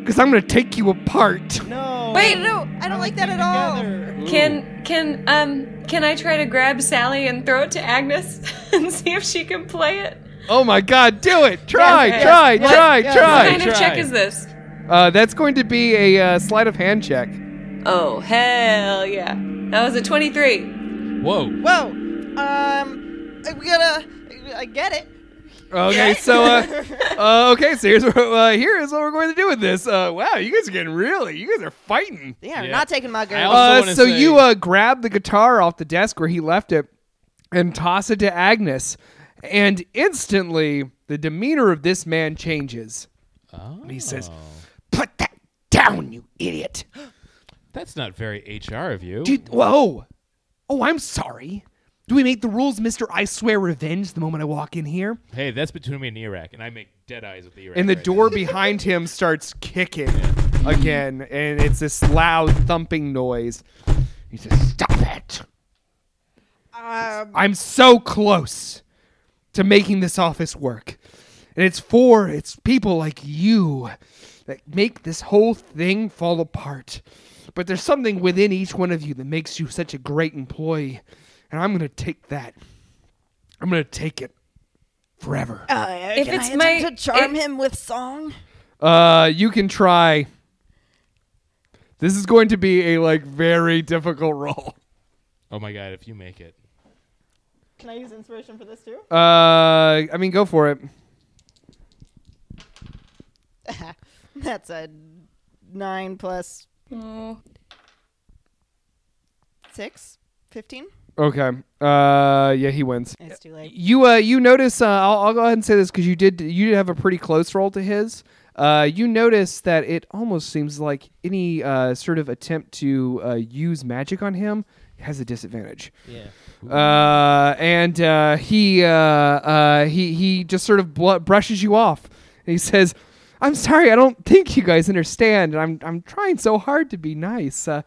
S2: because I'm gonna take you apart.
S5: No.
S6: Wait,
S4: No, I don't like that at all.
S5: Together.
S6: Can can um can I try to grab Sally and throw it to Agnes and see if she can play it?
S2: Oh my God! Do it! Try,
S6: Yes, yes.
S2: try,
S6: What?
S2: try,
S5: Yes.
S6: What
S2: try.
S6: kind of
S3: try.
S6: check is this?
S2: Uh, that's going to be a uh, sleight of hand check.
S6: Oh hell yeah! That was a twenty-three.
S3: Whoa.
S4: Whoa. Um, I- we gotta. I get it.
S2: Okay, so uh, uh, okay, so here's what, uh, here is what we're going to do with this. Uh, wow, you guys are getting really, you guys are fighting.
S4: Yeah,
S3: Yeah.
S4: not taking my
S3: I
S4: girl.
S3: also
S2: Uh,
S3: wanna
S2: so
S3: say-
S2: you uh, grab the guitar off the desk where he left it and toss it to Agnes, and instantly the demeanor of this man changes.
S3: Oh,
S2: He says, "Put that down, you idiot."
S3: that's not very HR of you.
S2: Dude, whoa. Oh, I'm sorry. Do we make the rules, Mister? I swear revenge. The moment I walk in here,
S3: Hey, that's between me and Iraq, and I make dead eyes with the Iraq.
S2: and the
S3: right
S2: door
S3: now.
S2: behind him starts kicking again, and it's this loud thumping noise. He says, "Stop it! I'm so close to making this office work, and it's for it's people like you that make this whole thing fall apart. But there's something within each one of you that makes you such a great employee, and I'm gonna take that. I'm gonna take it forever."
S6: If it's my charm him,
S2: Uh, you can try. This is going to be a like very difficult roll.
S3: Oh my god! If you make it,
S7: Can I use inspiration for this too?
S2: Uh, I mean, go for it.
S4: That's a nine plus
S6: Oh.
S4: six. 15?
S2: Okay. Uh, yeah, he wins.
S4: It's too late.
S2: You uh, you notice. Uh, I'll, I'll go ahead and say this because you did you did have a pretty close roll to his. Uh, you notice that it almost seems like any uh, sort of attempt to uh, use magic on him has a disadvantage.
S5: Yeah.
S2: uh, and uh, he uh, uh, he he just sort of bl- brushes you off. And he says, "I'm sorry, I don't think you guys understand. I'm I'm trying so hard to be nice. Uh,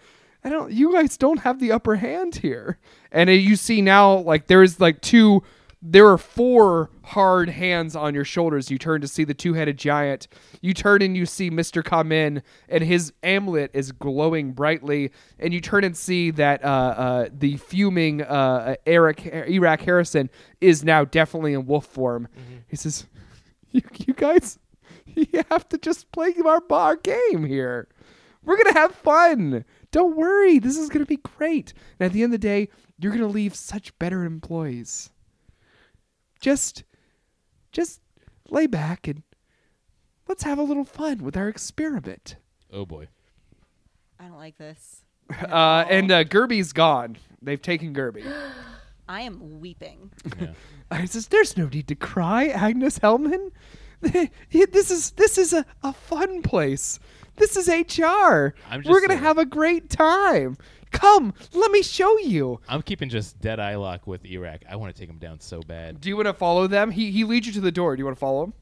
S2: I don't. You guys don't have the upper hand here." And uh, you see now, like there is like two. There are four hard hands on your shoulders. You turn to see the two-headed giant. You turn and you see Mister Kamen, and his amulet is glowing brightly. And you turn and see that uh, uh, the fuming uh, uh, Eric Iraq Harrison is now definitely in wolf form. He says, you, "You guys, you have to just play our bar game here. We're gonna have fun. Don't worry, this is gonna be great. And at the end of the day, you're gonna leave such better employees. Just, just lay back and let's have a little fun with our experiment."
S3: oh boy.
S4: I don't like this.
S2: Uh, and uh, Gerby's gone. They've taken Gerby.
S4: I am weeping.
S2: I says, "There's no need to cry, Agnes Hellman. this is this is a, a fun place. This is HR.
S3: I'm just
S2: We're gonna
S3: saying.
S2: have a great time. Come, let me show you.
S3: I'm keeping just dead eye lock with Iraq. I want to take him down so bad.
S2: Do you want to follow them? He he leads you to the door. Do you want to follow him?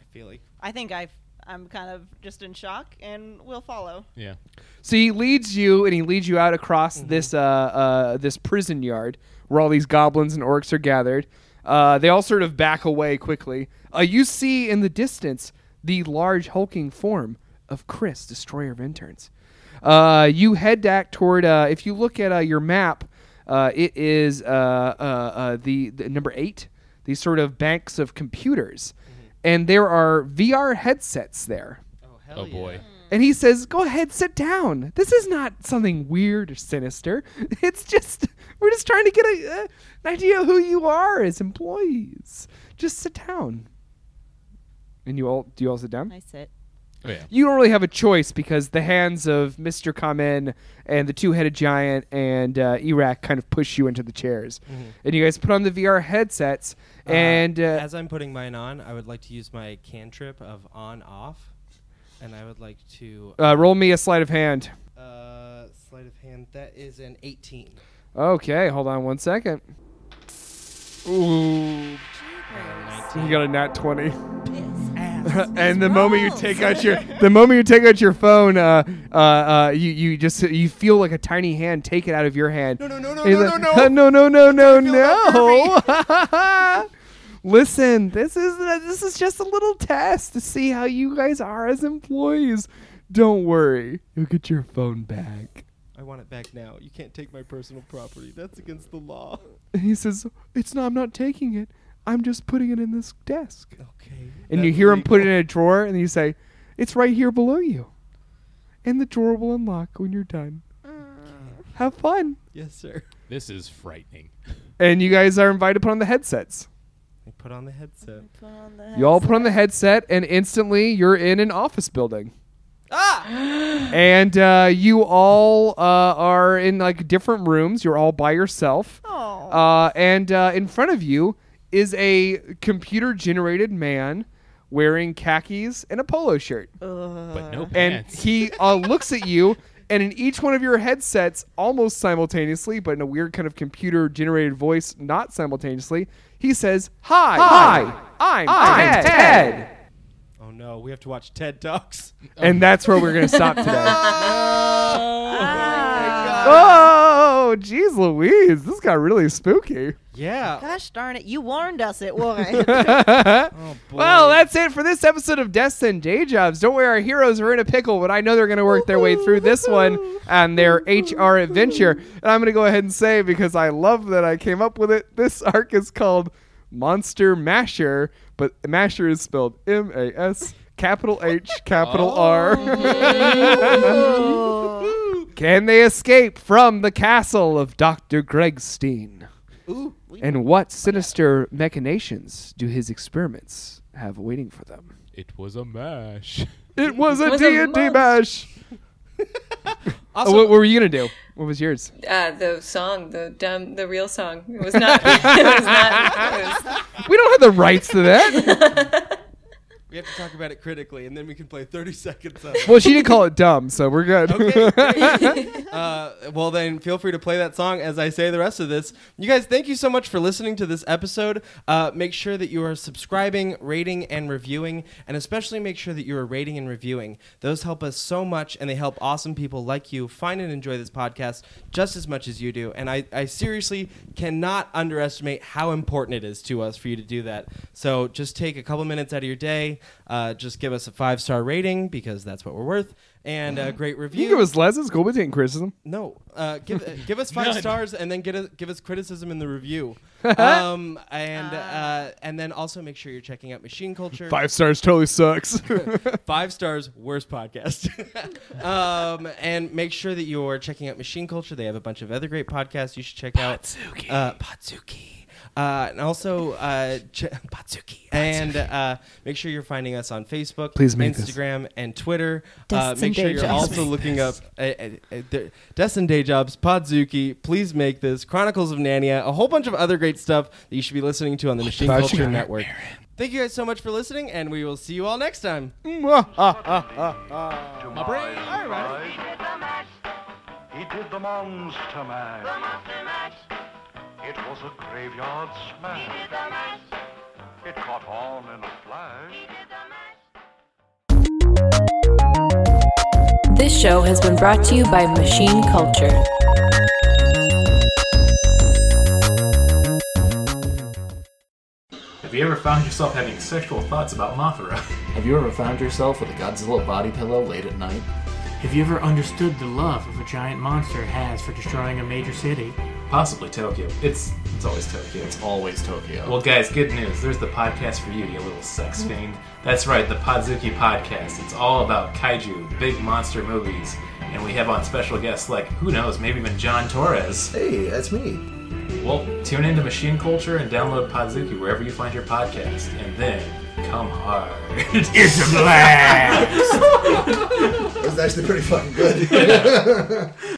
S5: I feel like
S7: I think I've. I'm kind of just in shock, and we'll follow.
S3: Yeah.
S2: So he leads you, and he leads you out across this uh, uh, this prison yard where all these goblins and orcs are gathered. Uh, they all sort of back away quickly. Uh, you see in the distance the large hulking form of Chris, destroyer of interns. Uh, you head back toward. Uh, if you look at uh, your map, uh, it is uh, uh, uh, the, the number eight. These sort of banks of computers, and there are VR headsets there.
S5: oh hell
S3: oh boy.
S2: And he says, "Go ahead, sit down. This is not something weird or sinister. It's just we're just trying to get a, uh, an idea of who you are as employees. Just sit down." And you all do you all sit down?
S7: I sit.
S3: Oh yeah.
S2: You don't really have a choice because the hands of Mister Kamen and the two-headed giant and uh, Iraq kind of push you into the chairs, and you guys put on the VR headsets. and uh,
S5: as I'm putting mine on, I would like to use my cantrip of on off, and I would like to
S2: uh, roll me a sleight of hand.
S5: uh, sleight of hand. That is an 18.
S2: Okay, hold on one second. Ooh. You got a nat twenty. and the moment you take out your the moment you take out your phone, uh, uh, uh, you you just you feel like a tiny hand take it out of your hand. No no no no no, no no no no no no Listen, this is this is just a little test to see how you guys are as employees. Don't worry, you'll get your phone back.
S5: I want it back now. You can't take my personal property. That's against the law.
S2: And he says, "It's not. I'm not taking it. I'm just putting it in this desk."
S5: Okay.
S2: And you
S5: that's
S2: hear him put it in
S5: legal.
S2: a drawer, and you say, "It's right here below you," and the drawer will unlock when you're done. Have fun.
S5: Yes, sir.
S3: This is frightening.
S2: And you guys are invited to put on the headsets.
S5: I put on the headset.
S2: You all put on the headset, and instantly you're in an office building. Ah! and uh, you all uh, are in like different rooms. You're all by yourself. Uh, and uh, in front of you is a computer-generated man wearing khakis and a polo shirt,
S3: but no
S2: and
S3: pants.
S2: he uh, looks at you. And in each one of your headsets, almost simultaneously, but in a weird kind of computer generated voice, not simultaneously, he says, Hi, hi, I'm, Ted. Ted."
S5: Oh no, we have to watch TED Talks.
S2: And that's where we're going to stop today.
S7: Ah.
S2: oh, geez Louise, this got really spooky.
S5: Yeah.
S4: Gosh darn it, you warned us it would.
S5: Oh boy.
S2: Well, that's it for this episode of Deaths and Day Jobs. Don't worry, our heroes are in a pickle, but I know they're going to work their way through this one and their HR adventure. And I'm going to go ahead and say, because I love that I came up with it, this arc is called Monster Masher, but Masher is spelled M A S, capital H, capital R. Can they escape from the castle of Dr. Gregstein? And what sinister machinations do his experiments have waiting for them?
S3: It was a mash.
S2: It was a
S6: was a
S2: D&D
S6: monster.
S2: bash. Oh, what, what were you gonna do? What was yours?
S6: Uh, the song, the dumb, the real song. It was not. it was not. It was,
S2: We don't have the rights to that.
S5: we have to talk about it critically, and then we can play 30 seconds of it.
S2: Well, she didn't call it dumb, so we're good.
S5: Okay, great. uh, well, then feel free to play that song as I say the rest of this. You guys, thank you so much for listening to this episode. Uh, make sure that you are subscribing, rating, and reviewing, and especially make sure that you are rating and reviewing. Those help us so much, and they help awesome people like you find and enjoy this podcast just as much as you do. And I, I seriously cannot underestimate how important it is to us for you to do that. So just take a couple minutes out of your day, uh, just give us a five star rating because that's what we're worth. And a great review.
S2: Mm-hmm. You give us lessons, cool, but didn't criticism.
S5: No, uh, give uh, give us five
S3: None.
S5: stars and then get a, give us criticism in the review, um, and uh, and then also make sure you're checking out Machine Culture.
S2: Five stars totally sucks.
S5: Five stars, worst podcast. um, and make sure that you're checking out Machine Culture. They have a bunch of other great podcasts you should check out. Uh, Patsuki. Uh, and also uh, ch- Patsuki. And uh, make sure you're finding us on Facebook,
S2: Please make this.
S5: Instagram, and Twitter. Uh,
S7: Destin
S5: make sure
S7: Day
S5: you're
S7: Jobs.
S5: also looking up uh, uh, uh, there- Destin Day Jobs, Podzuki, Please Make This, Chronicles of Narnia, a whole bunch of other great stuff that you should be listening to on the Machine
S2: about
S5: Culture
S2: you?
S5: Network. Thank you guys so much for listening, and we will see you all next time.
S3: My brain.
S8: He did the monster mash. The monster mash. It was a graveyard smash. He did the mash. It caught on in a flash.
S9: This show has been brought to you by Machine Culture.
S10: Have you ever found yourself having sexual thoughts about Mothra?
S11: Have you ever found yourself with a Godzilla body pillow late at night?
S12: Have you ever understood the love of a giant monster has for destroying a major city?
S10: Possibly Tokyo. It's it's always Tokyo.
S11: It's always Tokyo.
S10: Well, guys, good news. There's the podcast for you, you little sex fiend. That's right, the Podzuki Podcast. It's all about kaiju, big monster movies, and we have on special guests like, who knows, maybe even John Torres.
S11: hey, that's me.
S10: Well, tune into Machine Culture and download Podzuki wherever you find your podcast, and then come hard. it's a blast!
S11: That was actually pretty fucking good.